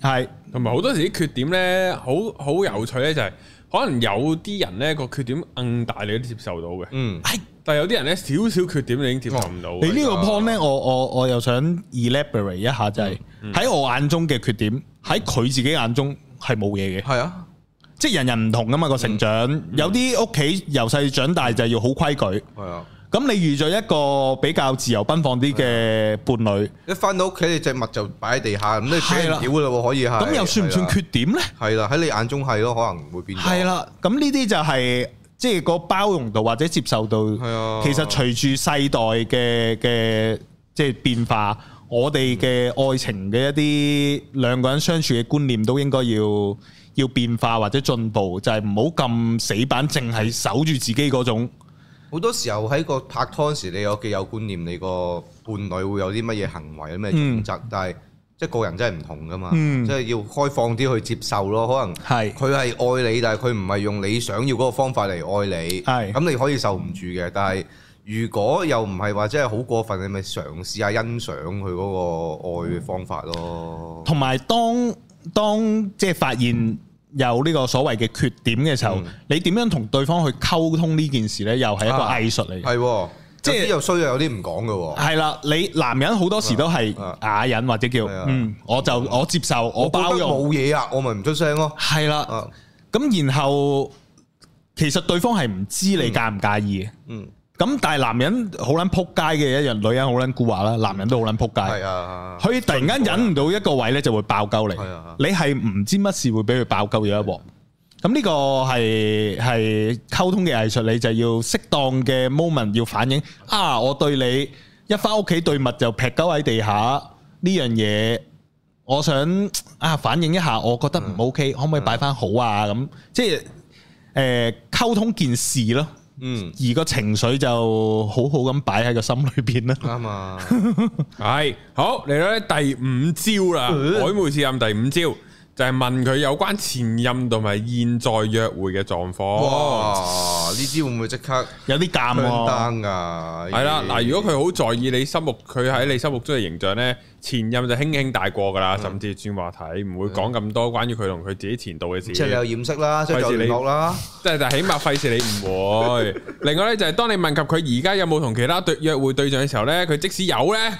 Speaker 3: 係
Speaker 1: 同埋好多時啲缺點咧，好好有趣咧，就係、可能有啲人咧個缺點硬大你都接受到嘅，
Speaker 2: 嗯哦
Speaker 1: 但係有啲人咧少少缺點你已經接受唔到
Speaker 2: 啊
Speaker 1: 嘅。
Speaker 3: 你呢個 point 咧，我我我又想 elaborate 一下，就係
Speaker 2: 嗯
Speaker 3: 喺我眼中嘅缺點，喺佢自己眼中係冇嘢嘅，
Speaker 2: 係啊，
Speaker 3: 即係人人唔同噶嘛個成
Speaker 2: 嗯
Speaker 3: 長，有啲屋企由細長大就要好規矩，
Speaker 2: 係啊。
Speaker 3: 咁你遇咗一個比較自由奔放啲
Speaker 2: 啊
Speaker 3: 嘅伴侶，
Speaker 2: 一翻到屋企，你只物就擺喺地下，咁你俾
Speaker 3: 係
Speaker 2: 人
Speaker 3: 啦
Speaker 2: 屌噶啦喎，可以係。啊
Speaker 3: 咁又算唔算缺點呢？
Speaker 2: 係啦，喺你眼中係咯，可能會變。
Speaker 3: 係，啦，咁呢啲就係即係個包容度或者接受度。
Speaker 2: 係啊。
Speaker 3: 其實隨住世代嘅嘅即係變化，我哋嘅愛情嘅一啲兩個人相處嘅觀念都應該要要變化或者進步，就係唔好咁死板，淨係守住自己嗰種。
Speaker 2: 好多時候喺個拍拖嗰時，你有既有觀念，你個伴侶會有啲乜嘢行為、有咩準則，但係即係個人真係唔同噶嘛，
Speaker 3: 嗯
Speaker 2: 即係要開放啲去接受咯。可能
Speaker 3: 係
Speaker 2: 佢係愛你，但係佢唔係用你想要嗰個方法嚟愛你，
Speaker 3: 係
Speaker 2: 咁你可以受唔住嘅。但係如果又唔係話真係好過分，你咪嘗試下欣賞佢嗰個愛嘅方法咯。
Speaker 3: 同埋當當即係發現有呢個所謂嘅缺點嘅時候，
Speaker 2: 嗯
Speaker 3: 你點樣同對方去溝通呢件事呢？又係一個
Speaker 2: 啊
Speaker 3: 藝術嚟嘅。
Speaker 2: 係喎，
Speaker 3: 嗯即
Speaker 2: 有
Speaker 3: 係
Speaker 2: 啲又衰，有啲唔講嘅喎。
Speaker 3: 係啦，你男人好多時都係
Speaker 2: 啊
Speaker 3: 啞忍或者叫
Speaker 2: 係啊
Speaker 3: 嗯，我就我接受，
Speaker 2: 覺
Speaker 3: 我
Speaker 2: 得
Speaker 3: 包容
Speaker 2: 冇，嘢啊，我咪唔出聲咯。
Speaker 3: 係啦。
Speaker 2: 啊，
Speaker 3: 咁然後其實對方係唔知你介唔介意嘅。
Speaker 2: 嗯，
Speaker 3: 咁但係男人好撚撲街嘅一樣，女人好撚固話啦，男人都好撚撲
Speaker 2: 係
Speaker 3: 街。
Speaker 2: 啊。
Speaker 3: 佢突然間忍唔到一個位咧，就會爆鳩
Speaker 2: 係啊
Speaker 3: 你。你係唔知乜事會俾佢爆鳩咗一鑊。咁呢個係係溝通嘅藝術，你就要適當嘅 moment 要反映啊！我對你一翻屋企對物就劈鳩喺地下呢樣嘢，我想啊反映一下，我覺得
Speaker 2: 嗯
Speaker 3: 唔 OK，、可唔可以擺翻好啊？咁即係誒、呃、溝通件事咯，
Speaker 2: 嗯。
Speaker 3: 而個情緒就好好咁擺喺個心裏邊 啦。
Speaker 2: 啱啊！
Speaker 1: 係好嚟到咧第五招啦，
Speaker 2: 呃
Speaker 1: 曖昧試驗第五招就係問佢有關前任同埋現在約會嘅狀況。
Speaker 2: 哇，呢啲會唔會即刻
Speaker 3: 有啲尷
Speaker 2: 香
Speaker 3: 喎。
Speaker 2: 單噶？
Speaker 1: 啊係啦，嗱，如果佢好在意你心目，佢喺你心目中嘅形象呢，前任就輕輕大過噶啦，甚至轉話題，唔會講咁多關於佢同佢自己前度嘅事。
Speaker 2: 即係你有掩飾啦，即係有聯絡啦，
Speaker 1: 即係但係起碼費事你 唔會。另外咧就係當你問及佢而家有冇同其他對約會對象嘅時候咧，佢即使有咧，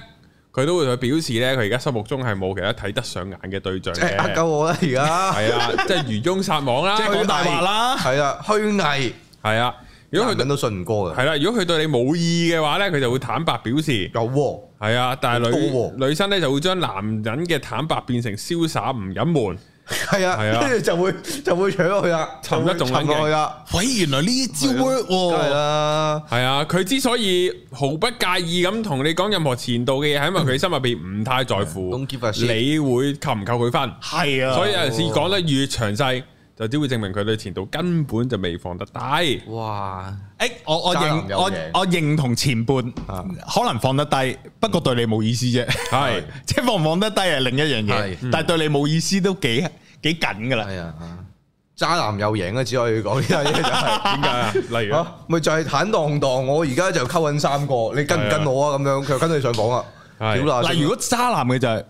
Speaker 1: 佢都會去表示咧，佢而家心目中係冇其他睇得上眼嘅對象
Speaker 2: 即 係
Speaker 1: 嘅，
Speaker 2: 呃鳩我啦，而家
Speaker 1: 係啊， 即係漁翁撒網啦，
Speaker 3: 即係講大話啦
Speaker 2: 係啊，虛偽，
Speaker 1: 係啊。如
Speaker 2: 如
Speaker 1: 果佢
Speaker 2: 果 佢都信唔過嘅，
Speaker 1: 係啦，如果佢對你冇意嘅話咧，佢就會坦白表示。
Speaker 2: 有喎，
Speaker 1: 係啊，但係
Speaker 2: 好高
Speaker 1: 女女生咧就會將男人嘅坦白變成瀟灑唔隱瞞。
Speaker 2: 係
Speaker 1: 係啊
Speaker 2: 啊，跟住就會就會搶落去啦，
Speaker 1: 沉一
Speaker 2: 就會
Speaker 1: 仲撚
Speaker 2: 沉
Speaker 1: 哦勁
Speaker 2: 落去啦，
Speaker 3: 喂，原來呢招
Speaker 2: 係咯
Speaker 3: work
Speaker 2: 梗係
Speaker 3: 喎，
Speaker 2: 啦，
Speaker 1: 係啊，佢之所以毫不介意咁同你講任何前度嘅嘢，係因為佢心入邊唔太在乎
Speaker 2: Don't
Speaker 1: 你
Speaker 2: 嗯 give a shit 哦
Speaker 1: 會扣唔扣佢分。
Speaker 3: 係啊，
Speaker 1: 所以有陣時講得越詳細，就只會證明佢對前度根本就未放得低。
Speaker 2: 哇，
Speaker 3: 誒，我我
Speaker 2: 渣
Speaker 3: 認
Speaker 2: 男有
Speaker 3: 我
Speaker 2: 嘢
Speaker 3: 我認同前半，
Speaker 2: 啊
Speaker 3: 可能放得低，不過對你冇意思啫。
Speaker 1: 係
Speaker 3: 即係放唔放得低係另一樣嘢
Speaker 2: 係，
Speaker 3: 但係對你冇意思都幾幾緊噶啦。
Speaker 2: 係啊，渣男又贏啊，只可以講呢樣嘢就係。
Speaker 1: 點解啊？例如
Speaker 2: 啊，咪就係坦蕩蕩，我而家就溝緊三個，你跟唔跟我啊？咁樣佢就跟你上房啊！
Speaker 1: 係
Speaker 2: 屌啦！
Speaker 3: 嗱，如果渣男嘅就係，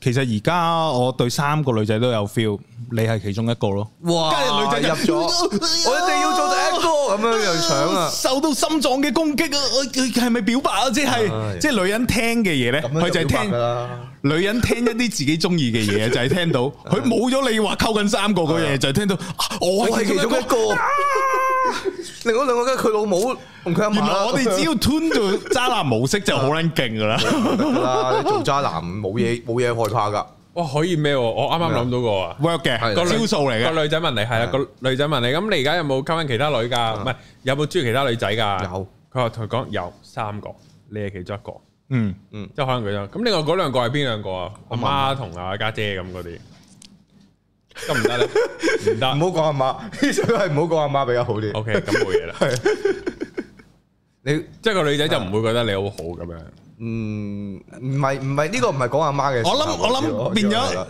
Speaker 3: 其實而家我對三個女仔都有 feel，你係其中一個咯。
Speaker 2: 哇，
Speaker 3: 跟住女仔就
Speaker 2: 入咗，我一定要做第一個咁樣又搶啊！
Speaker 3: 受到心臟嘅攻擊啊！我佢係咪表白啊？即係
Speaker 2: 係
Speaker 3: 即係女人聽嘅嘢咧，
Speaker 2: 咁
Speaker 3: 佢
Speaker 2: 樣
Speaker 3: 就係
Speaker 2: 表白
Speaker 3: 聽
Speaker 2: 㗎啦，
Speaker 3: 女人聽一啲自己中意嘅嘢，就係 聽到佢冇咗你話溝緊三個嗰樣嘢，就係聽到啊我
Speaker 2: 我係
Speaker 3: 係
Speaker 2: 其
Speaker 3: 其
Speaker 2: 中
Speaker 3: 中
Speaker 2: 一
Speaker 3: 一個。
Speaker 2: 個，另外兩個梗係佢老母同佢阿
Speaker 3: 原來
Speaker 2: 媽。
Speaker 3: 我哋只要 tune 到渣男模式就好撚勁噶啦。
Speaker 2: 要啦，你做渣男冇嘢冇嘢害怕㗎，
Speaker 1: 哇，可以咩喎？我啱啱諗到個啊！
Speaker 3: work 嘅
Speaker 2: 係
Speaker 3: 個招數嚟嘅，
Speaker 1: 個女仔問你係啦，
Speaker 2: 係
Speaker 1: 個女仔問你咁，你而家有冇溝緊其他女㗎？唔係有冇中意其他女仔㗎？
Speaker 2: 有。
Speaker 1: 佢話同佢講有三個，你係其中一個，
Speaker 3: 嗯，
Speaker 1: 即係可能佢就咁。另外嗰兩個係邊兩個啊？阿媽同阿家姐咁嗰啲，得唔得咧？唔
Speaker 2: 唔
Speaker 1: 得。
Speaker 2: 好講阿媽， 呢首係唔好講阿媽比較好啲。
Speaker 1: O K，咁冇嘢啦。
Speaker 2: 你
Speaker 1: 即係個女仔就唔會覺得你好好咁樣。
Speaker 2: 嗯唔係唔係呢個唔係講阿媽嘅事。
Speaker 3: 我諗我
Speaker 2: 知
Speaker 3: 諗變
Speaker 2: 知
Speaker 3: 咗
Speaker 2: 係啦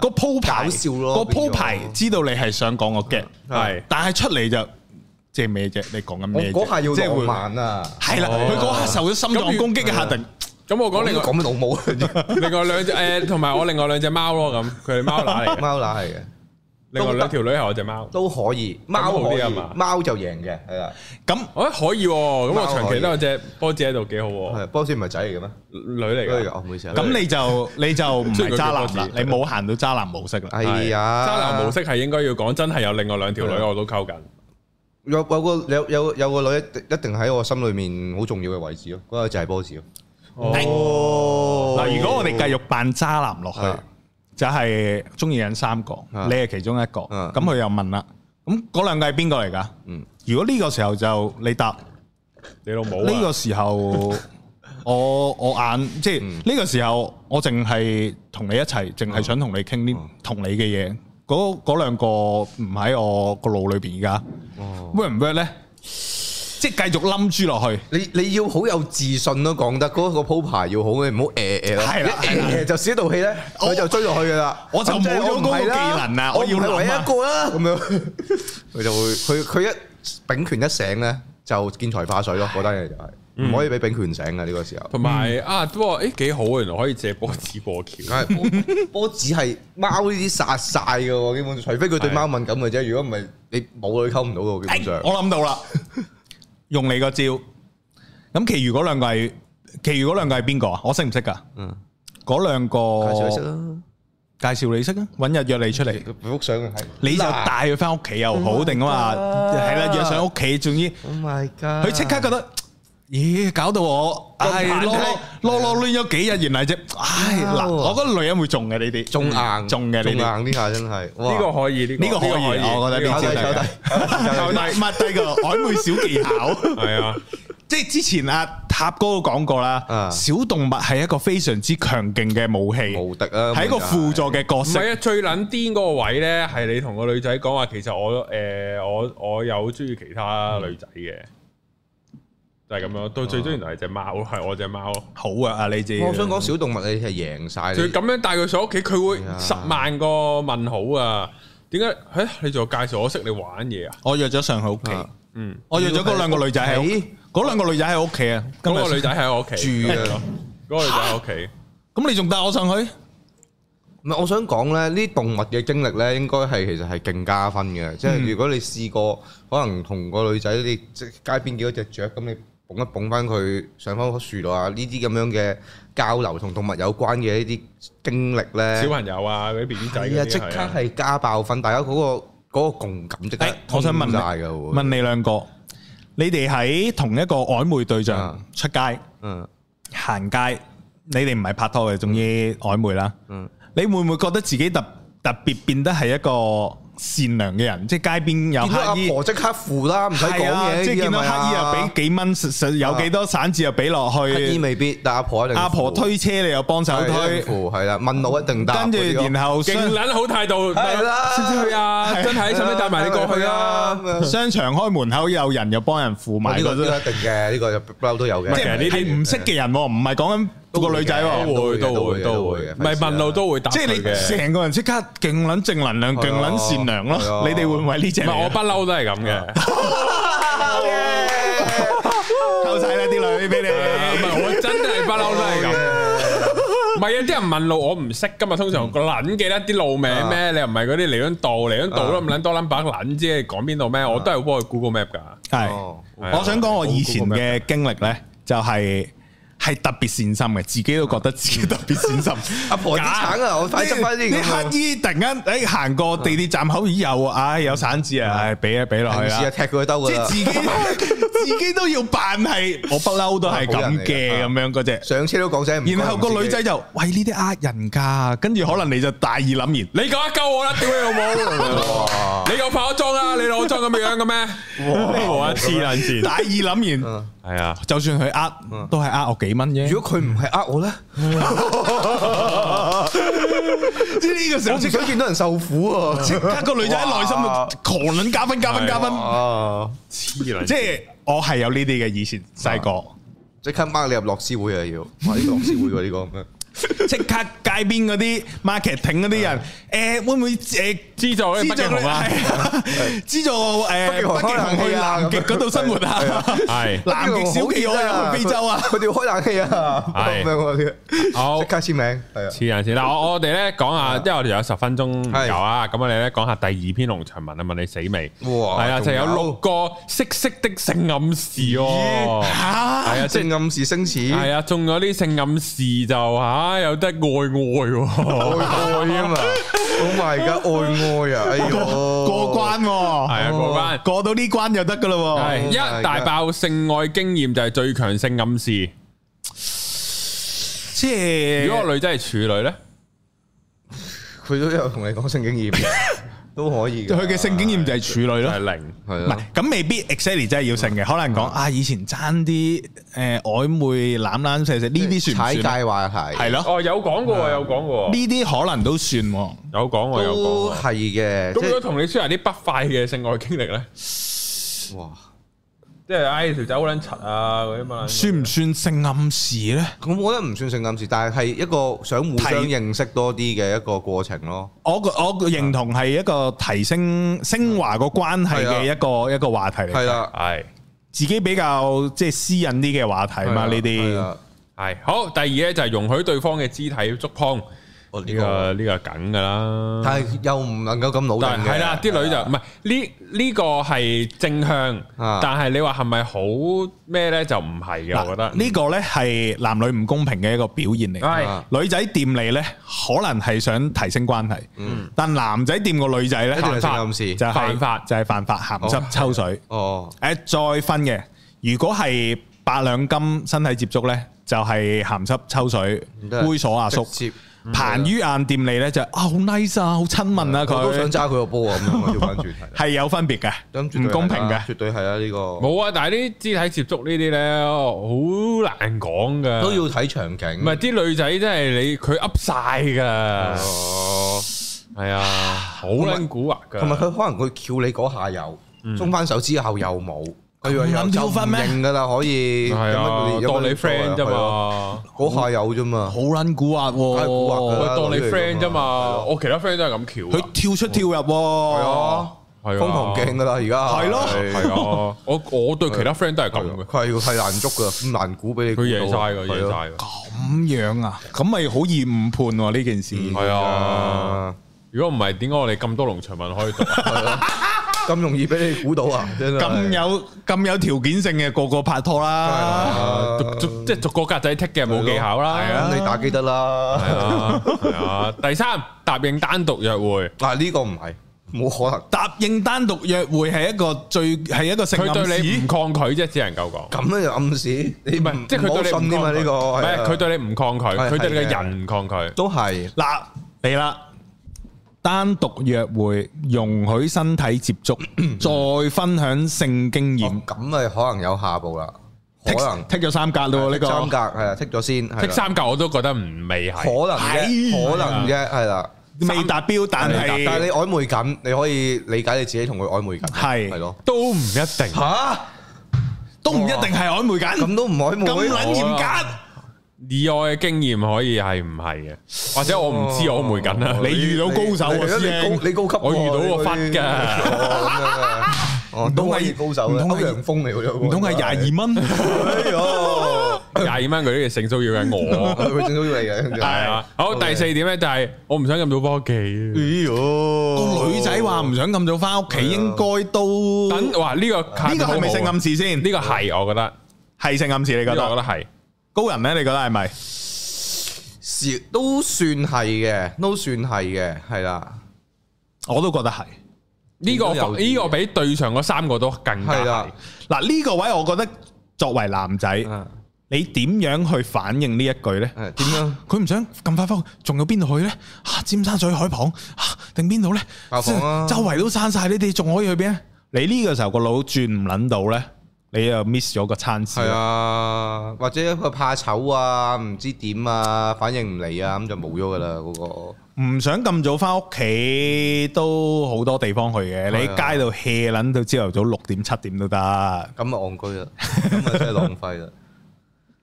Speaker 3: 個鋪排
Speaker 2: 搞笑咯
Speaker 3: 個鋪
Speaker 2: 變咗
Speaker 3: 排知道你係想講個 get，
Speaker 1: 係
Speaker 3: 但係出嚟就即係咩啫？你講緊
Speaker 2: 我
Speaker 3: 咩啫？
Speaker 2: 嗰下要
Speaker 3: 即係
Speaker 2: 浪
Speaker 3: 會
Speaker 2: 漫啊！
Speaker 3: 係啦，
Speaker 1: 哦
Speaker 3: 佢嗰下受咗心臟攻擊嘅下，突然
Speaker 1: 咁我講
Speaker 2: 講
Speaker 1: 另
Speaker 2: 你
Speaker 1: 外
Speaker 2: 講咩老母啊？
Speaker 1: 另外兩隻誒，同埋我另外兩隻貓咯，咁佢哋貓乸嚟嘅。
Speaker 2: 貓乸係嘅
Speaker 1: 另外兩條女係我隻貓。
Speaker 2: 都可以，貓
Speaker 1: 好
Speaker 2: 可
Speaker 1: 啲啊
Speaker 2: 以
Speaker 1: 嘛，
Speaker 2: 貓就贏嘅係啦。
Speaker 3: 咁
Speaker 1: 我覺得可以喎，咁我長期都有隻波子喺度，幾好喎，
Speaker 2: 係波斯唔係仔嚟嘅咩？
Speaker 1: 女嚟
Speaker 2: 都係
Speaker 1: 㗎
Speaker 2: 嘅。哦，唔好意思啊。
Speaker 3: 咁你就你就唔係渣男
Speaker 1: 雖然
Speaker 3: 啦
Speaker 1: 佢，
Speaker 3: 你冇行到渣男模式啦。
Speaker 2: 哎呀，
Speaker 1: 渣男模式係應該要講，真係有另外兩條女我都溝緊。
Speaker 2: 有有個有有有個女一定一定喺我心裏面好重要嘅位置咯，嗰個就係波斯咯。哦
Speaker 3: 嗱，如果我哋繼續扮渣男落去
Speaker 2: 係，
Speaker 3: 就係中意緊三個，
Speaker 2: 啊
Speaker 3: 你係其中一個，
Speaker 2: 啊
Speaker 3: 咁佢又問啦，咁嗰兩個係邊個嚟㗎？
Speaker 2: 嗯
Speaker 3: 如果呢個時候就你答呢
Speaker 1: 你老母
Speaker 3: 個
Speaker 1: 啊！
Speaker 3: 時候，我我眼即係
Speaker 2: 嗯
Speaker 3: 呢個時候，我淨係同你一齊，淨
Speaker 2: 啊
Speaker 3: 係想同你傾啲同你嘅嘢。嗰嗰兩個唔喺我個腦裏邊而家，work
Speaker 2: 哦
Speaker 3: 唔 work 咧？即係繼續冧住落去。
Speaker 2: 你你要好有自信咯，講得嗰個鋪排要好，你唔好誒誒啦，
Speaker 3: 係啦
Speaker 2: 一
Speaker 3: 係啦
Speaker 2: 誒誒就少一道氣咧，
Speaker 3: 我
Speaker 2: 佢就追落去噶啦，
Speaker 3: 我就
Speaker 2: 咁即係
Speaker 3: 冇咗
Speaker 2: 我唔
Speaker 3: 嗰個
Speaker 2: 係啦
Speaker 3: 技能啦
Speaker 2: 我
Speaker 3: 我要
Speaker 2: 唔係唯一
Speaker 3: 諗啊
Speaker 2: 一個啦，咁樣佢就會佢佢一秉權一醒咧，就見財化水咯，嗰單嘢就係唔可以俾秉權醒嘅呢個時候。
Speaker 1: 同埋啊，不過誒幾好啊，原來可以借波子過橋。
Speaker 2: 梗係波波子係貓呢啲殺晒嘅喎，基本上除非佢對貓敏感嘅啫，如果唔係你冇女溝唔到嘅喎，基本上。
Speaker 3: 我諗到 啦，用你個招。咁其餘嗰兩個係，其餘嗰兩個係邊個啊？我識唔識噶？
Speaker 2: 嗯，
Speaker 3: 嗰兩
Speaker 2: 介紹
Speaker 3: 個
Speaker 2: 你識啦，
Speaker 3: 介紹你識啊，揾日約你出嚟，
Speaker 2: 幅相係
Speaker 3: 你就
Speaker 2: 嗱
Speaker 3: 帶佢翻屋企又好定啊嘛，係啦，約上屋企，仲要
Speaker 2: Oh my god！
Speaker 3: 佢即刻覺得。咦，搞到我，唉，
Speaker 2: 咁忐忑
Speaker 3: 囉囉囉囉攣咗幾日，原來啫，唉，嗱，
Speaker 2: 哇
Speaker 3: 我覺得女人會中嘅呢啲，
Speaker 2: 中硬，
Speaker 3: 中嘅呢
Speaker 2: 中
Speaker 3: 啲，呢
Speaker 2: 硬呢下真係，
Speaker 1: 呢
Speaker 2: 呢
Speaker 1: 個可以，呢
Speaker 3: 個可以，我覺得
Speaker 2: 呢
Speaker 3: 呢
Speaker 2: 個
Speaker 3: 招
Speaker 2: 可以
Speaker 3: 低，
Speaker 2: 手
Speaker 1: 低
Speaker 3: 抹低個曖昧小技巧。
Speaker 1: 係啊，
Speaker 3: 即係之前阿塔哥都講過啦，
Speaker 2: 啊
Speaker 3: 小動物係一個非常之強勁嘅武器，
Speaker 2: 無敵啊，
Speaker 3: 係一個輔助嘅角
Speaker 1: 唔
Speaker 3: 色。
Speaker 1: 係啊，最撚癲嗰個位咧，係你同個女仔講話，其實我誒我我有中意其他女仔嘅，就係咁樣。到最終原來係隻貓，係我隻貓。
Speaker 3: 好啊，阿李志，
Speaker 2: 我想講小動物你係贏晒你，
Speaker 1: 佢咁樣帶佢上屋企，佢會
Speaker 2: 係啊
Speaker 1: 十萬個問號啊！點解？誒，你仲介紹我識你玩嘢啊？
Speaker 3: 我約咗上去屋企，
Speaker 2: 啊
Speaker 1: 嗯，
Speaker 3: 我約咗嗰兩個女仔喺屋
Speaker 2: 屋
Speaker 3: 企
Speaker 2: 企，
Speaker 3: 嗰兩個女仔喺屋企啊。
Speaker 1: 嗰個
Speaker 3: 今日
Speaker 1: 女仔喺我屋企
Speaker 2: 住啊！
Speaker 1: 嗰個女仔喺我屋企。
Speaker 3: 咁你仲帶我上去？
Speaker 2: 唔係，我想講咧，呢啲動物嘅經歷咧，應該係其實係勁加
Speaker 3: 嗯
Speaker 2: 分嘅。即係如果你試過可能同個女仔，你即係街邊幾多隻雀，咁你捧一捧翻佢上翻棵樹度啊！呢啲咁樣嘅交流同動物有關嘅一啲經歷
Speaker 1: 小
Speaker 2: 咧，
Speaker 1: 朋友啊，嗰啲 B B 仔
Speaker 2: 係
Speaker 1: 嗰
Speaker 2: 啊，
Speaker 1: 啲
Speaker 2: 即刻係加爆分，大家嗰、個嗰個共感即刻
Speaker 3: 誒我想問你
Speaker 2: 通曬㗎會
Speaker 3: 問你兩個，你哋喺同一個曖昧對象
Speaker 2: 啊
Speaker 3: 出街
Speaker 2: 嗯
Speaker 3: 行街，你哋唔係拍拖嘅，總之曖昧啦。
Speaker 2: 嗯，
Speaker 3: 你會唔會覺得自己特特別變得係一個善良嘅人？即係街邊有
Speaker 2: 見到阿
Speaker 3: 乞衣，
Speaker 2: 婆即刻扶啦，唔使講
Speaker 3: 係啊
Speaker 2: 嘢，
Speaker 3: 即係
Speaker 2: 見
Speaker 3: 見到乞衣又俾幾蚊，實實有幾多散紙又俾落
Speaker 2: 乞衣
Speaker 3: 去，
Speaker 2: 未必，但阿婆一定
Speaker 3: 阿婆
Speaker 2: 扶
Speaker 3: 推車你又幫手推，
Speaker 2: 扶係啦，問路一定答
Speaker 3: 跟
Speaker 2: 嗰啲咯，
Speaker 3: 住然後
Speaker 1: 勁
Speaker 3: 商
Speaker 1: 撚好態度，
Speaker 2: 係啦
Speaker 1: 識唔識去啊？真係使唔使帶埋你過去啊？
Speaker 2: 係啊
Speaker 3: 商場開門口有人又幫人付埋
Speaker 2: 呢個
Speaker 3: 嗰
Speaker 2: 呢
Speaker 3: 啲
Speaker 2: 個，一定嘅，呢個不嬲都有嘅。
Speaker 3: 即係
Speaker 1: 呢啲
Speaker 3: 係唔識嘅人喎，唔係講緊個女仔喎。
Speaker 1: 都會
Speaker 2: 都會
Speaker 1: 都會
Speaker 2: 嘅
Speaker 1: 都
Speaker 2: 都會
Speaker 1: 會，
Speaker 2: 嘅
Speaker 1: 唔係問路都會答
Speaker 3: 即係
Speaker 1: 佢嘅
Speaker 3: 你。成個人即刻勁撚正能量，勁
Speaker 2: 係啊
Speaker 3: 撚善良
Speaker 2: 係啊
Speaker 3: 咯。你哋會唔會呢只
Speaker 1: 唔
Speaker 3: 嚟
Speaker 1: 係
Speaker 3: 嘅？
Speaker 1: 我不嬲都係咁嘅，
Speaker 3: 溝仔啦啲女俾你。
Speaker 1: 唔係我真係不嬲都係咁。唔係啊！啲人問路我唔識噶嘛，通常個撚記得啲路名咩？你又唔係嗰啲嚟緊道嚟緊道都唔撚多撚把撚知你講邊度咩？我都係幫佢 Google Map 噶。
Speaker 3: 係，
Speaker 2: 哦
Speaker 1: 係啊
Speaker 3: 我想講我以前嘅經歷咧，就係係特別善心嘅，自己都覺得自己特別善心。
Speaker 2: 阿婆啲 橙啊，我快執翻啲咁
Speaker 3: 啲
Speaker 2: 樣。
Speaker 3: 乞衣突然間誒行過地鐵站口，咦有啊，唉有散紙啊，唉俾啊俾落
Speaker 2: 平
Speaker 3: 去
Speaker 2: 時啊
Speaker 3: 啦。
Speaker 2: 踢佢兜噶
Speaker 3: 即係
Speaker 2: 啦
Speaker 3: 自，己自己都要扮係，我不嬲都係咁嘅咁樣嗰只。
Speaker 2: 上車都講聲唔該。
Speaker 3: 然後個女仔就喂呢啲呃人㗎，跟住可能你就大義凜然，
Speaker 1: 你講一鳩我啦， 屌你老母！
Speaker 2: 哇，
Speaker 1: 你又化咗妝啊啦，你攞妝咁嘅樣嘅咩？冇啊，黐撚線！
Speaker 3: 大義凜然，
Speaker 2: 嗯
Speaker 1: 係啊，
Speaker 3: 就算佢呃都係呃我幾蚊啫。
Speaker 2: 如果佢唔係呃我咧，
Speaker 3: 即係呢個時
Speaker 2: 我
Speaker 3: 候
Speaker 2: 唔
Speaker 3: 即刻
Speaker 2: 想見到人受苦啊！
Speaker 3: 個女仔喺內心度狂撚加分加分加分，
Speaker 2: 啊，
Speaker 1: 黐撚
Speaker 3: 即係我係有呢啲嘅以前細
Speaker 1: 啊
Speaker 3: 個，
Speaker 2: 即刻 mark 你入樂師會啊要，哇呢個樂師會喎呢個咁樣。
Speaker 3: 即刻街邊嗰啲 marketing 嗰啲人，誒會唔會誒？
Speaker 1: 知道啊啲北京紅啦，
Speaker 3: 係啊 資助誒北
Speaker 2: 北
Speaker 3: 極
Speaker 2: 極熊開冷
Speaker 3: 熊去
Speaker 2: 氣啊
Speaker 3: 南極
Speaker 2: 咁樣
Speaker 3: 嗰度生活啊！
Speaker 1: 係
Speaker 3: 南極小企鵝
Speaker 2: 啊，
Speaker 3: 又去非 洲啊！
Speaker 2: 佢哋開冷氣啊，
Speaker 1: 係
Speaker 2: 咁樣我哋
Speaker 1: 好
Speaker 2: 即刻簽名，係啊，
Speaker 1: 黐撚線。嗱，我我哋咧講下，因為我哋有十分鐘唔
Speaker 2: 係
Speaker 1: 夠啊，咁我哋咧講下第二篇農場文啊，問你死未？
Speaker 2: 哇
Speaker 1: 係啊，就
Speaker 2: 仲
Speaker 1: 有
Speaker 2: 有
Speaker 1: 六個色色的性暗示喎。
Speaker 3: 嚇
Speaker 1: 係啊，即係
Speaker 2: 性暗示星矢，
Speaker 1: 系啊，中咗啲性暗示就吓有得愛愛
Speaker 2: 愛
Speaker 1: 喎，
Speaker 2: 愛啊嘛，Oh my god，愛愛 à. 啊，哎呦，
Speaker 3: 過關喎，
Speaker 1: 哦係啊過關
Speaker 3: 過到呢關就得噶咯喎。
Speaker 1: 係
Speaker 2: my
Speaker 1: 一
Speaker 2: God
Speaker 1: 大爆性愛經驗就係最強性暗示。
Speaker 3: 即係
Speaker 1: 如果個女仔係處女咧，
Speaker 2: 佢都有同你講性經驗，都可以㗎
Speaker 3: 佢嘅性經驗就係處女
Speaker 1: 就
Speaker 3: 咯
Speaker 1: 係。零。
Speaker 2: 係
Speaker 3: 唔係
Speaker 2: 啊，
Speaker 3: 咁未必 exactly 真係要性嘅，可能講啊以前爭啲誒曖昧攬攬射射呢啲算
Speaker 2: 踩
Speaker 3: 唔算啊？
Speaker 2: 界話題
Speaker 3: 係咯，
Speaker 1: 哦，有講過，有講過，
Speaker 3: 呢啲可能都算喎。
Speaker 1: 有講過，有講
Speaker 2: 都
Speaker 1: 過。
Speaker 2: 係嘅，
Speaker 1: 咁如果
Speaker 2: 即
Speaker 1: 同你 share 啲不快嘅性愛經歷咧，
Speaker 2: 係哇，
Speaker 1: 即係唉條仔好撚柒啊嗰啲嘛，
Speaker 3: 算唔算性暗示咧？
Speaker 2: 咁我覺得唔算性暗示，但係一個想互相
Speaker 3: 提
Speaker 2: 認識多啲嘅一個過程咯。
Speaker 3: 我個我個認同係一個提升升華個關係嘅一個一個話題嚟
Speaker 2: 係啊
Speaker 3: 嘅，
Speaker 2: 啦，
Speaker 1: 係
Speaker 3: 自己比較即係私隱啲嘅話題
Speaker 2: 係
Speaker 3: 嘛，
Speaker 2: 啦
Speaker 3: 呢
Speaker 2: 係啊
Speaker 3: 啲
Speaker 2: 啦
Speaker 1: 係好。第二咧就係容許對方嘅肢體觸碰，
Speaker 2: 我
Speaker 1: 呢
Speaker 2: 呢
Speaker 1: 個
Speaker 2: 個，
Speaker 1: 呢個梗噶啦。
Speaker 2: 但係又唔能夠咁老
Speaker 1: 但
Speaker 2: 定嘅。
Speaker 1: 係啦，啲女就唔係呢呢個係正向，
Speaker 2: 啊
Speaker 1: 但係你話係咪好咩咧就唔係嘅，我覺得
Speaker 3: 嗱呢個呢係男女唔公平嘅一個表現嚟嘅。
Speaker 1: 係
Speaker 2: 啊
Speaker 3: 女仔掂你呢，可能係想提升關係，但男仔掂個女仔呢，
Speaker 2: 一定係性
Speaker 3: 犯
Speaker 2: 暗示
Speaker 3: 就係
Speaker 1: 犯法
Speaker 3: 就係犯法鹹
Speaker 2: 哦
Speaker 3: 濕抽水。
Speaker 2: 哦，
Speaker 3: 誒，再分嘅，如果係八兩金身體接觸呢，就係鹹濕抽水，
Speaker 2: 唔得
Speaker 3: 猥瑣阿叔。
Speaker 2: 直接
Speaker 3: 彭于晏掂你呢，就啊好 nice 啊，好親民啊
Speaker 2: 我都想
Speaker 3: 佢，
Speaker 2: 揸佢個波啊！咁樣調翻轉係啦
Speaker 3: 係有分別
Speaker 2: 咁絕對
Speaker 3: 嘅，
Speaker 2: 係
Speaker 3: 唔
Speaker 2: 啦
Speaker 3: 公平嘅。
Speaker 2: 絕對係啦呢個，
Speaker 1: 冇啊！但係啲肢體接觸呢啲咧，好難講噶，
Speaker 2: 都要
Speaker 1: 唔
Speaker 2: 睇場景。
Speaker 1: 係啲女仔真係你佢噏晒噶，
Speaker 2: 哦，
Speaker 1: 係啊，好撚蠱惑
Speaker 2: 同埋
Speaker 1: 噶。
Speaker 2: 佢可能佢翹你嗰下有，中翻手之後又冇，佢又
Speaker 3: 咁
Speaker 2: 又
Speaker 3: 諗
Speaker 2: 就
Speaker 3: 跳
Speaker 2: 唔
Speaker 3: 分咩
Speaker 2: 認噶啦，可以
Speaker 1: 係啊，
Speaker 2: 咁樣
Speaker 1: 當你
Speaker 2: 咁樣
Speaker 1: friend 啫
Speaker 2: 係啊
Speaker 1: 嘛，
Speaker 2: 嗰下有啫嘛
Speaker 3: 好。撚古惑
Speaker 2: 係古惑
Speaker 1: 我
Speaker 2: 㗎
Speaker 3: 喎！
Speaker 1: 當你 friend 啫
Speaker 2: 係
Speaker 1: 嘛，
Speaker 2: 咯
Speaker 1: 我其他 friend 都係咁橋㗎。
Speaker 3: 佢跳出跳入喎，
Speaker 2: 係啊，
Speaker 1: 係啊
Speaker 2: 瘋狂鏡噶啦，而家
Speaker 3: 係咯
Speaker 1: 係啊，我我對其他 friend 都係咁嘅，
Speaker 2: 佢係係難捉噶，咁難估俾你
Speaker 1: 佢贏
Speaker 2: 估到。
Speaker 1: 晒㗎，
Speaker 2: 係
Speaker 1: 贏
Speaker 2: 咯
Speaker 1: 晒㗎。
Speaker 3: 咁樣啊，咁咪好易誤判喎呢件 事。
Speaker 1: 係啊，如果唔係，點解我哋咁多農場文可以讀啊？
Speaker 2: 咁容易俾你估到啊！真係
Speaker 3: 咁有咁有條件性嘅個個拍拖啦，
Speaker 1: 啊
Speaker 2: 啊
Speaker 1: 逐逐即系逐個格仔剔嘅冇技巧啦，
Speaker 3: 係啊
Speaker 2: 咁你打機得
Speaker 1: 係
Speaker 2: 啦。
Speaker 1: 啊，係啊。第三，答應單獨約會，
Speaker 2: 嗱呢個唔係冇可能。
Speaker 3: 答應單獨約會係一個最係一個性
Speaker 1: 佢
Speaker 3: 暗
Speaker 1: 對你
Speaker 3: 示
Speaker 1: 唔。抗拒啫，只能夠講。
Speaker 2: 咁樣就暗示你
Speaker 1: 唔
Speaker 2: 唔
Speaker 1: 係，即係
Speaker 2: 唔好
Speaker 1: 佢對
Speaker 2: 信
Speaker 1: 你
Speaker 2: 添嘛
Speaker 1: 抗拒
Speaker 2: 呢個
Speaker 1: 唔係
Speaker 2: 係啊
Speaker 1: 佢對你唔抗拒，
Speaker 2: 係
Speaker 1: 佢對你
Speaker 2: 係
Speaker 1: 嘅
Speaker 2: 嘅
Speaker 1: 人唔抗拒。
Speaker 2: 都係
Speaker 3: 嗱嚟啦，單獨約會容許身體接 觸，再分享性經驗
Speaker 2: 哦，咁咪可能有下步啦，可
Speaker 3: 剔
Speaker 2: 能
Speaker 3: 剔咗三格咯喎呢個。
Speaker 2: 三格係啊，剔咗先，係啦
Speaker 1: 剔三嚿我都覺得唔未
Speaker 2: 可
Speaker 1: 係，
Speaker 2: 能啫，
Speaker 3: 係
Speaker 2: 可能啫，係啦。
Speaker 3: 未達標，但
Speaker 2: 但係
Speaker 3: 係
Speaker 2: 你曖昧緊，你可以理解你自己同佢曖昧緊，
Speaker 3: 係
Speaker 2: 係咯。
Speaker 1: 都唔一定。
Speaker 2: 吓，
Speaker 3: 都唔一定係曖昧緊，
Speaker 2: 咁都唔曖昧，
Speaker 3: 咁撚嚴格。
Speaker 1: 以我嘅經驗可以係唔係嘅，或者我唔知我會緊啊啦。
Speaker 3: 你遇到高手啊，
Speaker 2: 哦你
Speaker 3: 師兄
Speaker 2: 你高你高級喎，
Speaker 1: 我遇到個
Speaker 2: 你嗰啲
Speaker 1: 忽㗎
Speaker 2: 哦咁樣啊哦都係高手
Speaker 3: 唔
Speaker 2: 嘅，
Speaker 3: 通係
Speaker 2: 歐陽鋒嚟嘅，
Speaker 3: 唔通係廿二蚊？
Speaker 2: 二？
Speaker 1: 廿二蚊嗰啲嘅性騷擾緊我。
Speaker 2: 哎呦，佢整到嚟嘅，
Speaker 1: 係啊，好第四點咧就係我唔想咁早翻屋企。
Speaker 2: 哎呦，
Speaker 3: 個
Speaker 2: 個
Speaker 3: 女仔話唔想咁早翻屋企，應該都啊
Speaker 1: 等
Speaker 3: 呢
Speaker 1: 哇呢個
Speaker 3: 個係咪性暗
Speaker 1: 示？
Speaker 3: 示先？
Speaker 1: 呢個係我覺得，
Speaker 3: 係性暗示，
Speaker 1: 呢
Speaker 3: 你覺
Speaker 1: 個我覺得？
Speaker 3: 得
Speaker 1: 係。
Speaker 3: 高人咧，你覺得係咪？
Speaker 2: 少都算係嘅，都算係嘅，係啦，
Speaker 3: 我都覺得係。
Speaker 1: 呢個
Speaker 2: 都有啲嘅
Speaker 1: 呢個比對上嗰三個都更加
Speaker 2: 係
Speaker 1: 係
Speaker 2: 啦，
Speaker 3: 嗱，呢個位我覺得作為男仔，
Speaker 2: 啊
Speaker 3: 你點樣去反應呢一句呢？
Speaker 2: 係點樣？
Speaker 3: 佢唔想咁快翻，仲有邊度去呢？啊，尖沙咀海旁啊，定邊度呢？
Speaker 2: 爆房啊
Speaker 3: 周圍都閂晒，你哋仲可以去邊呢？你呢個時候個腦轉唔撚到呢，你又 miss 咗個餐市
Speaker 2: 係。啊，或者佢怕醜啊，唔知點啊，反應唔嚟啊，咁就冇咗噶啦嗰個。
Speaker 3: 唔想咁早翻屋企，都好多地方去嘅。你
Speaker 2: 係啊
Speaker 3: 喺街度 hea 撚到朝頭早六點七點都得。
Speaker 2: 咁啊戇居啦，咁啊真係浪費啦。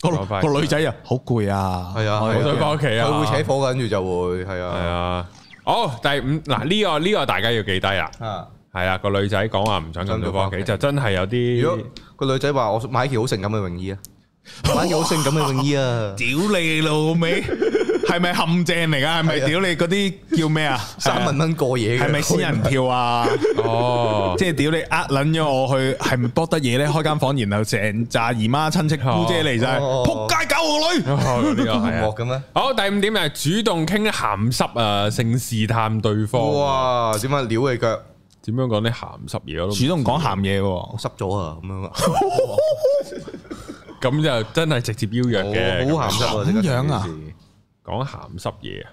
Speaker 1: 浪
Speaker 3: 個
Speaker 1: 費
Speaker 3: 個女仔啊，好攰啊。
Speaker 2: 係啊，
Speaker 3: 我
Speaker 2: 係啊
Speaker 1: 想返屋企啊
Speaker 2: 佢會扯火，跟住就會係
Speaker 1: 係
Speaker 2: 啊，
Speaker 1: 啊。好第五嗱呢個呢個大家要記低啦。
Speaker 2: 啊。
Speaker 1: 係啦，個女仔講話唔想咁早翻屋企，就真係有
Speaker 2: 如
Speaker 1: 啲
Speaker 2: 果個女仔話我買件好性感嘅泳衣啊，買件好性感嘅泳 衣啊，
Speaker 3: 屌你老味，係咪陷阱嚟噶？係咪
Speaker 2: 係啊
Speaker 3: 屌你嗰啲叫咩啊？
Speaker 2: 三萬蚊過夜嘅，
Speaker 3: 係咪 仙人跳啊？
Speaker 1: 哦，
Speaker 3: 即係屌你呃撚咗我去，係咪搏得嘢咧？開間房，然後成扎姨媽親戚姑姐嚟晒，
Speaker 2: 哦
Speaker 3: 仆街搞我個女。
Speaker 1: 呢個
Speaker 2: 唔
Speaker 1: 係
Speaker 2: 惡
Speaker 1: 啊。
Speaker 2: 嘅咩？
Speaker 1: 好，第五點就係主動傾鹹濕啊，性試探對方。
Speaker 2: 哇！點解撩你腳？
Speaker 1: 點樣講啲鹹濕嘢我都唔
Speaker 3: 主動講鹹嘢喎
Speaker 2: 我，濕咗啊，咁樣啊，
Speaker 1: 咁就真係直接邀約嘅。
Speaker 2: 我 好鹹濕啊！
Speaker 3: 咁
Speaker 2: 即刻
Speaker 3: 樣
Speaker 2: 件
Speaker 3: 啊
Speaker 2: 事
Speaker 1: 講鹹濕嘢啊，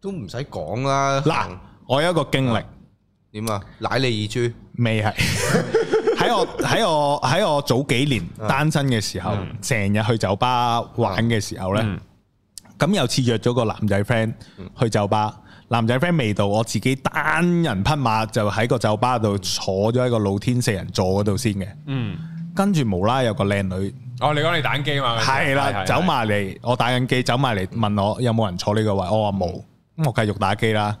Speaker 2: 都唔使講啦。
Speaker 3: 嗱，我有一個經歷。
Speaker 2: 點啊？奶你耳珠，
Speaker 3: 未 係喺我喺我喺我早幾年單身嘅時候，成日去酒吧玩嘅時
Speaker 1: Ừ.
Speaker 3: 候
Speaker 1: 嗯
Speaker 3: 呢，咁有次約咗個男仔 friend 去酒吧，男仔 friend 未到，我自己單人匹馬就喺個酒吧度坐咗喺個露天四人座嗰度先嘅，
Speaker 1: 嗯，
Speaker 3: 跟住無啦有個靚女
Speaker 1: 哦，你講你蛋機嘛？
Speaker 3: 係啦走，埋嚟，我打緊機走埋嚟問我有冇人坐呢個位，我話冇，咁我繼續打機啦。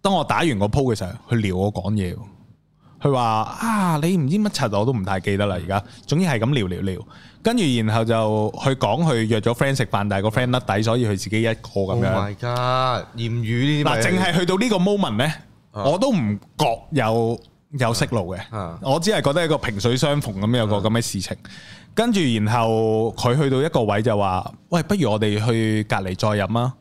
Speaker 3: 當我打完個鋪嘅時候，佢撩我講嘢喎，佢話啊你唔知乜柒，我都唔太記得啦而家。總之係咁聊聊聊，跟住然後就佢講佢約咗 friend 食飯，但係個 friend 甩底，所以佢自己一個
Speaker 2: Oh
Speaker 3: 咁樣。
Speaker 2: my god！豔遇呢啲咪
Speaker 3: 嗱，淨係去到呢個 moment 呢，
Speaker 2: 啊
Speaker 3: 我都唔覺有有息路嘅
Speaker 2: 啊，
Speaker 3: 我只係覺得一個萍水相逢咁有個咁嘅事情。跟住然後佢去到一個位就話：，喂，不如我哋去隔離再飲啊！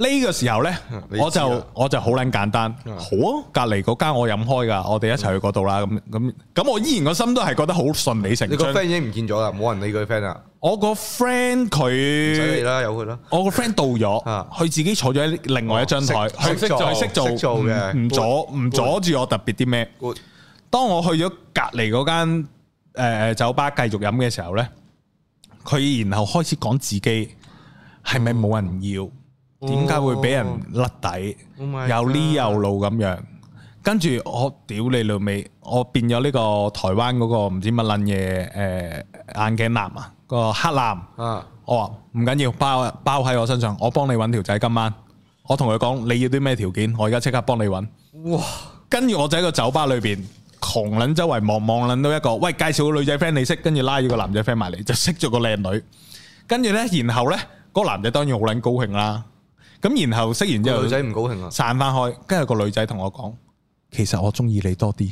Speaker 3: 呢個時候呢，
Speaker 2: 你知啦啊
Speaker 3: 我就我就好撚簡單，好啊！隔離嗰間我飲開㗎，我哋一齊去嗰度啦。咁咁咁，我依然個心都係覺得好順理成
Speaker 2: 你個
Speaker 3: 章
Speaker 2: friend。已經唔見咗啦，冇人理佢 friend 啦，
Speaker 3: 我個 friend
Speaker 2: 唔使理
Speaker 3: 佢，
Speaker 2: 啦，由佢啦。
Speaker 3: 我個 friend 到咗，
Speaker 2: 啊
Speaker 3: 佢自己坐咗喺另外一張台，
Speaker 2: 哦識
Speaker 3: 佢
Speaker 2: 識做
Speaker 3: 佢
Speaker 2: 識
Speaker 3: 識做，
Speaker 2: 做
Speaker 3: 唔
Speaker 2: 嘅
Speaker 3: 唔
Speaker 2: good，
Speaker 3: 阻唔
Speaker 2: good
Speaker 3: 阻住我特別啲咩？
Speaker 2: Good
Speaker 3: 當我去咗隔離嗰間誒酒吧繼續飲嘅時候呢，佢然後開始講自己係咪冇人要，
Speaker 2: 哦
Speaker 3: 點解會俾人甩底，
Speaker 2: Oh my
Speaker 3: 有呢
Speaker 2: God
Speaker 3: 有路咁樣。跟住我屌你老味，我變咗呢個台灣嗰個唔知乜撚嘢誒眼鏡男啊，個黑男。
Speaker 2: 啊！
Speaker 3: 我話唔緊要，包包喺我身上，我幫你揾條仔今晚。我同佢講你要啲咩條件，我而家即刻幫你揾。
Speaker 2: 哇！
Speaker 3: 跟住我就喺個酒吧裏邊狂撚周圍望望撚到一個，喂介紹個女仔 friend 你識，跟住拉咗個男仔 friend 埋嚟，就識咗個靚女。跟住呢，然後呢，嗰、個男仔當然好撚高興啦。咁然後識完之
Speaker 2: 個
Speaker 3: 後
Speaker 2: 女，仔唔高興啊！
Speaker 3: 散翻開，跟住個女仔同我講：其實我中意你多啲。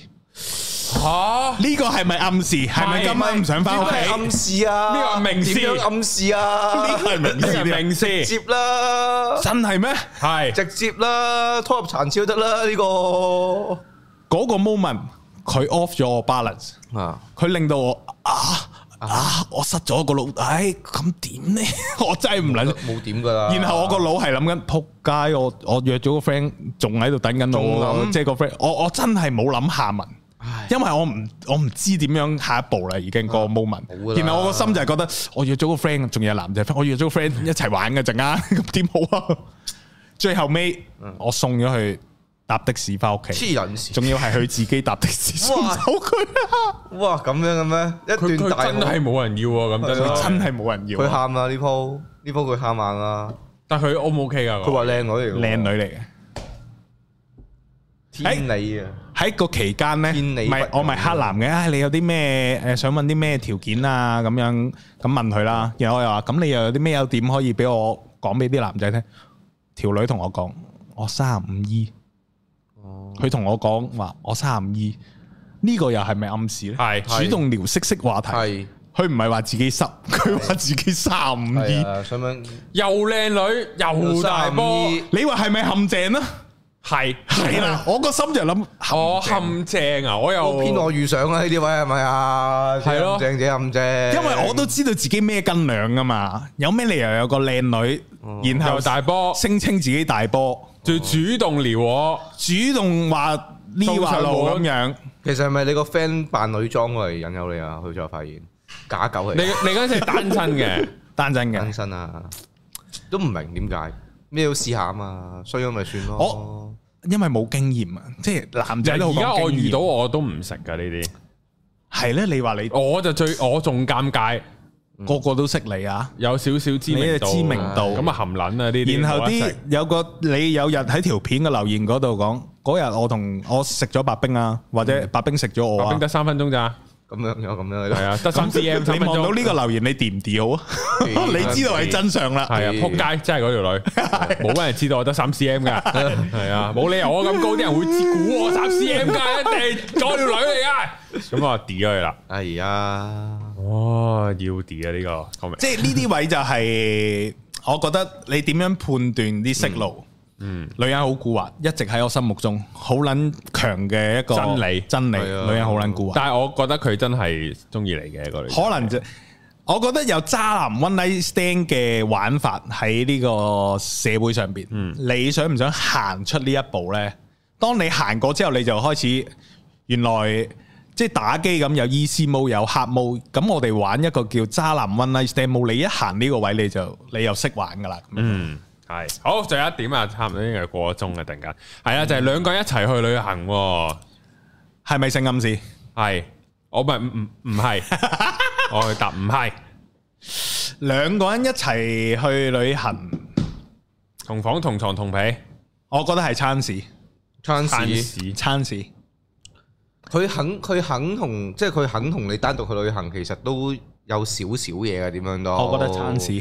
Speaker 1: 吓呢
Speaker 3: 呢個係咪暗示？係咪今晚唔想翻屋企？
Speaker 2: 暗示啊，
Speaker 1: 呢個係明示
Speaker 2: 點樣暗示啊，
Speaker 3: 呢個係 明示
Speaker 1: 個
Speaker 3: 嚟，
Speaker 1: 名
Speaker 2: 直
Speaker 1: 師
Speaker 2: 接啦，
Speaker 3: 真係咩？
Speaker 1: 係
Speaker 2: 直接啦，拖入殘超得啦呢個
Speaker 3: 嗰個 moment 佢 off 咗我 balance，
Speaker 2: 啊，
Speaker 3: 佢令到我啊啊，我失咗個腦，唉，咁點呢？ 我真係唔捻。
Speaker 2: 冇點噶啦。
Speaker 3: 然後我個腦係諗緊，仆街！我我約咗個 friend，仲喺度等緊
Speaker 2: 仲
Speaker 3: 我
Speaker 2: 諗，
Speaker 3: 即係個 friend，我我真係冇諗下文，因為我唔我唔知點樣下一步啦，已經個 moment
Speaker 2: 啊冇㗎。啦
Speaker 3: 然後我個心就係覺得，我約咗個 friend，仲有男仔 friend，我約咗個 friend 一齊玩嘅陣間， 咁點好啊？最後尾我送咗去搭的士翻屋企，
Speaker 2: 嗯黐人線，
Speaker 3: 仲要係佢自己搭的士送
Speaker 2: 哇
Speaker 3: 走佢啊！
Speaker 2: 哇咁樣嘅咩？
Speaker 1: 佢
Speaker 2: 一段
Speaker 1: 佢
Speaker 2: 大
Speaker 1: 真係
Speaker 2: 鑊，
Speaker 1: 冇人要喎，咁真
Speaker 2: 係
Speaker 1: 係
Speaker 2: 啊
Speaker 3: 真係冇人要
Speaker 2: Ờ. 佢
Speaker 3: 啊，
Speaker 2: 喊啦呢鋪，呢鋪佢喊硬啦，
Speaker 1: 但佢 O 唔 OK 噶？
Speaker 2: 佢話靚女嚟㗎喎，
Speaker 3: 靚女嚟嘅。
Speaker 2: 天理啊！
Speaker 3: 喺個期間咧，
Speaker 2: 見你
Speaker 3: 咪
Speaker 2: 不
Speaker 3: 我咪黑男嘅，唉，你有啲咩誒想問啲咩條件啊咁樣咁問佢啦，然後我又話咁你又有啲咩優點可以俾我講俾啲男仔聽？條女同我講，我三五二，佢同我講話我三五二，呢個又係咪暗示咧？
Speaker 1: 係
Speaker 3: 主動聊色色話題，
Speaker 2: 係
Speaker 3: 佢唔係話自己濕，佢話自己三五
Speaker 2: 係
Speaker 3: 二，
Speaker 2: 啊，想問
Speaker 1: 又靚女又大波，
Speaker 2: 三五
Speaker 3: 你話係咪陷 阱啊？
Speaker 1: 係
Speaker 3: 係啦，我個心就諗
Speaker 1: 我
Speaker 3: 陷阱
Speaker 1: 陷阱啊！我又
Speaker 2: 二，偏我遇上啦呢啲位係咪啊？
Speaker 1: 係咯
Speaker 2: 正正咁正，
Speaker 3: 因為我都知道自己咩斤兩噶嘛，有咩理由有個靚女，然後
Speaker 1: 又大波，
Speaker 3: 聲稱自己大波，
Speaker 1: 最主動撩我，
Speaker 3: 主動話呢話路咁樣，
Speaker 2: 其實係咪你個 friend 扮女裝過嚟引誘你啊？佢就發現假狗
Speaker 1: 你
Speaker 2: 嚟，
Speaker 1: 你嗰陣時係單身 嘅，
Speaker 3: 單真
Speaker 2: 單
Speaker 3: 嘅。
Speaker 2: 身啊，都唔明點解，咩都試下啊嘛，衰咗咪算咯
Speaker 3: 我。因為冇經驗啊，即係男仔都
Speaker 1: 而
Speaker 3: 好
Speaker 1: 家
Speaker 3: 講
Speaker 1: 我
Speaker 3: 經驗
Speaker 1: 遇到我都唔食噶呢啲，
Speaker 3: 係咧，你話你
Speaker 1: 我就最我仲尷尬，
Speaker 3: 個個都識你啊，
Speaker 1: 有少少知名度，
Speaker 3: 你嘅知名度
Speaker 1: 咁啊含撚啊呢啲，
Speaker 3: 然後
Speaker 1: 冇得
Speaker 3: 啲
Speaker 1: 食
Speaker 3: 有個你有日喺條片嘅留言嗰度講，嗰日我同我食咗白冰啊，或者白冰食咗我
Speaker 1: 白
Speaker 3: 啊
Speaker 1: 冰，得三分鐘咋，
Speaker 2: 咁樣有咁樣
Speaker 1: 係啊，得三 cm 三
Speaker 3: 你
Speaker 1: 分
Speaker 3: 望到
Speaker 1: 鐘
Speaker 3: 呢。個留言你掂唔掂好啊？
Speaker 2: 嘅，
Speaker 3: 你知道係真相啦。
Speaker 1: 系啊，
Speaker 2: 係
Speaker 1: 扑街真係嗰條女，冇乜人知道我得三 cm 噶，係啊，冇理由我咁高啲人會知估我三 cm 噶，一定係嗰條女嚟噶。咁我就 delete 咗佢啦。
Speaker 2: 係啊，
Speaker 1: 哦，要 delete 啊呢個 comment，
Speaker 3: 即係呢啲位就係，我覺得你點樣判斷啲色路？嗯，女人好蠱惑，一直喺我心目中好撚強嘅一個
Speaker 1: 真理
Speaker 3: 真理，
Speaker 2: 係啊
Speaker 3: 女人好撚蠱惑，
Speaker 1: 但係我覺得佢真係中意你嘅嗰女仔。
Speaker 3: 可能就我覺得有渣男 one night stand 嘅玩法喺呢個社會上邊，你想唔想行出呢一步呢？當你行過之後，你就開始原來。即係打機咁有 easy mode 有 hard mode，咁我哋玩一個叫渣男 one night stand mode，你一行呢個位你就你又識玩噶啦，咁樣
Speaker 1: 嗯，係好，仲有一點啊，差唔多應該係過咗鐘嘅，突然間係
Speaker 3: 嗯
Speaker 1: 啊，就係兩個人一齊去旅行喎，
Speaker 3: 係咪性暗示？
Speaker 1: 係我咪唔唔唔係， 我答唔係，
Speaker 3: 兩個人一齊去旅行，
Speaker 1: 同房同床同被，
Speaker 3: 我覺得係餐事，
Speaker 2: 餐
Speaker 1: 餐
Speaker 2: 事
Speaker 1: 屎
Speaker 3: 餐事
Speaker 2: 佢肯佢肯同即係佢肯同你單獨去旅行，其實都有少少嘢嘅點樣都。
Speaker 3: 我覺得餐事。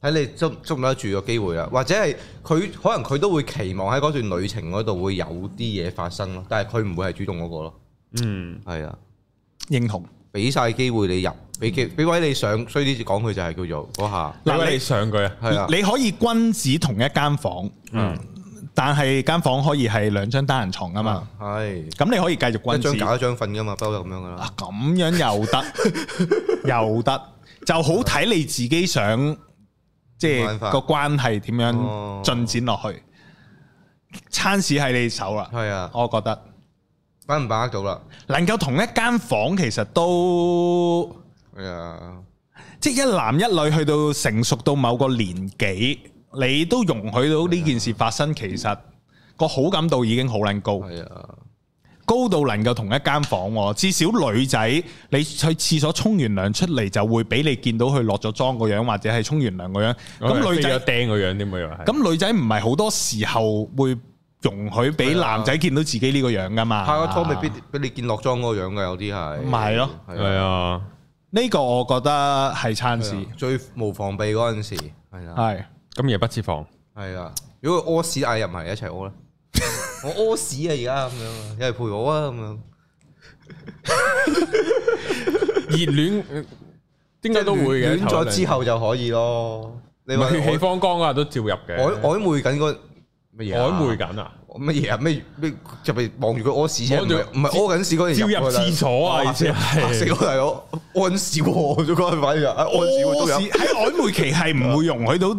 Speaker 2: 睇你捉捉唔得住個機會啊啦，或者係佢可能佢都會期望喺嗰段旅程嗰度會有啲嘢發生咯，但係佢唔會係主動嗰個咯。
Speaker 1: 嗯，
Speaker 2: 係啊，
Speaker 3: 認同。
Speaker 2: 俾晒機會你入，俾機俾位你上，衰啲講佢就係叫做嗰下
Speaker 1: 你
Speaker 3: 嗱
Speaker 1: 喂
Speaker 3: 你
Speaker 1: 你上句啊，
Speaker 2: 係啊，
Speaker 3: 你可以君子同一間房，
Speaker 1: 嗯
Speaker 3: 但係間房可以係兩張單人床啊嘛，
Speaker 2: 係
Speaker 3: 咁你可以繼
Speaker 2: 嗯一
Speaker 3: 續
Speaker 2: 張
Speaker 3: 君子。
Speaker 2: 搞一張瞓噶嘛，不嬲咁樣噶啦。
Speaker 3: 啊，咁樣又 得，又得，就好睇你自己想，即係
Speaker 2: 玩法
Speaker 3: 個關係點
Speaker 2: 哦
Speaker 3: 樣進展落去。餐事喺你手啦，
Speaker 2: 係啊，
Speaker 3: 我覺得
Speaker 2: 把唔把握到啦？
Speaker 3: 能夠同一間房其實都。
Speaker 2: 係啊，
Speaker 3: 即係一男一女去到成熟到某個年紀，你都容許到呢件事發生，其實個好感度已經好撚高，
Speaker 2: 係啊，
Speaker 3: 高到能夠同一間房喎。至少女仔你去廁所沖完涼出嚟就會俾你見到佢落咗妝個樣，或者係沖完涼個樣。咁女
Speaker 1: 有
Speaker 3: 仔
Speaker 1: 釘個樣添啊，又係
Speaker 3: 咁女仔唔係好多時候會容許俾
Speaker 2: 係啊
Speaker 3: 男仔見到自己呢個樣噶嘛？
Speaker 2: 拍個拖未必俾你見落妝嗰個樣㗎，有啲係。
Speaker 3: 咪係咯
Speaker 1: 係
Speaker 2: 係啊，
Speaker 1: 啊，
Speaker 3: 呢個我覺得係餐事，
Speaker 2: 最無防備嗰陣時係啦。啊
Speaker 3: 係
Speaker 1: 咁夜不設防，
Speaker 2: 系啊，如果屙屎嗌入埋一齊屙咧，我屙屎啊而家咁樣啊，有嚟陪我啊咁樣，
Speaker 1: 熱戀呃點解都會嘅？
Speaker 2: 戀咗之後就可以咯。你
Speaker 1: 你
Speaker 2: 話
Speaker 1: 話血氣
Speaker 2: 我
Speaker 1: 方剛嗰日都照入嘅，
Speaker 2: 曖曖昧緊個乜嘢啊？
Speaker 1: 曖昧緊啊！
Speaker 2: 乜嘢啊？咩咩入嚟望住佢屙屎啫，
Speaker 1: 望
Speaker 2: 唔
Speaker 1: 住
Speaker 2: 係唔係屙緊屎嗰陣
Speaker 1: 照入
Speaker 2: 去啦
Speaker 1: 廁所啊
Speaker 2: 哇
Speaker 1: 意思係
Speaker 2: 嚇死我大佬，屙屎喎！我咗嗰陣反應啊，啊屙屎喎都有
Speaker 3: 屙屎喺曖昧期係唔會容許到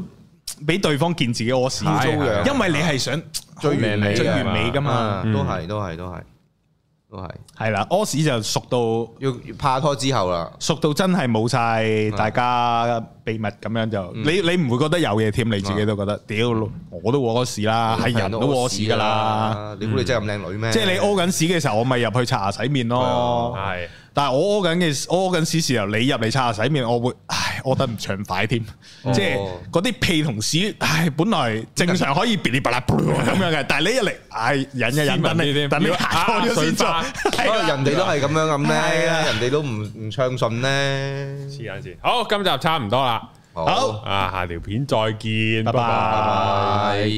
Speaker 3: 俾對方見自己屙屎，
Speaker 1: 係
Speaker 2: 係
Speaker 3: 因為你係想
Speaker 2: 最完美
Speaker 1: 啊
Speaker 3: 最完美噶嘛。
Speaker 2: 啊，都係都係都係都係
Speaker 3: 係啦，屙屎就熟到
Speaker 2: 要拍拖之後啦，
Speaker 3: 熟到真係冇晒大家秘密咁樣就，你你唔會覺得有嘢添，你自己都覺得屌我都屙屎啦，啊
Speaker 2: 嗯
Speaker 3: 係人都屙屎噶啦。，嗯
Speaker 2: 你估你真係咁靚女咩？
Speaker 3: 即係你屙緊屎嘅時候，我咪入去刷牙洗面咯。
Speaker 1: 係
Speaker 3: 但係我屙緊嘅我屙緊屎時候，你入嚟刷牙洗面，我會唉屙得唔暢快添。即係嗰啲屁同屎，唉本來正常可以噼里啪啦咁樣嘅，但係你一嚟唉忍一忍，等你等你下咗先做。
Speaker 2: 不過哎 人哋都係咁樣咁咧，
Speaker 3: 係啊
Speaker 2: 人哋都唔唔暢順咧。
Speaker 1: 黐緊線。好，今集差唔多啦，
Speaker 2: 好
Speaker 3: 好
Speaker 1: 啊，下條片再見，
Speaker 3: 拜
Speaker 1: 拜拜
Speaker 3: 拜。
Speaker 2: 拜。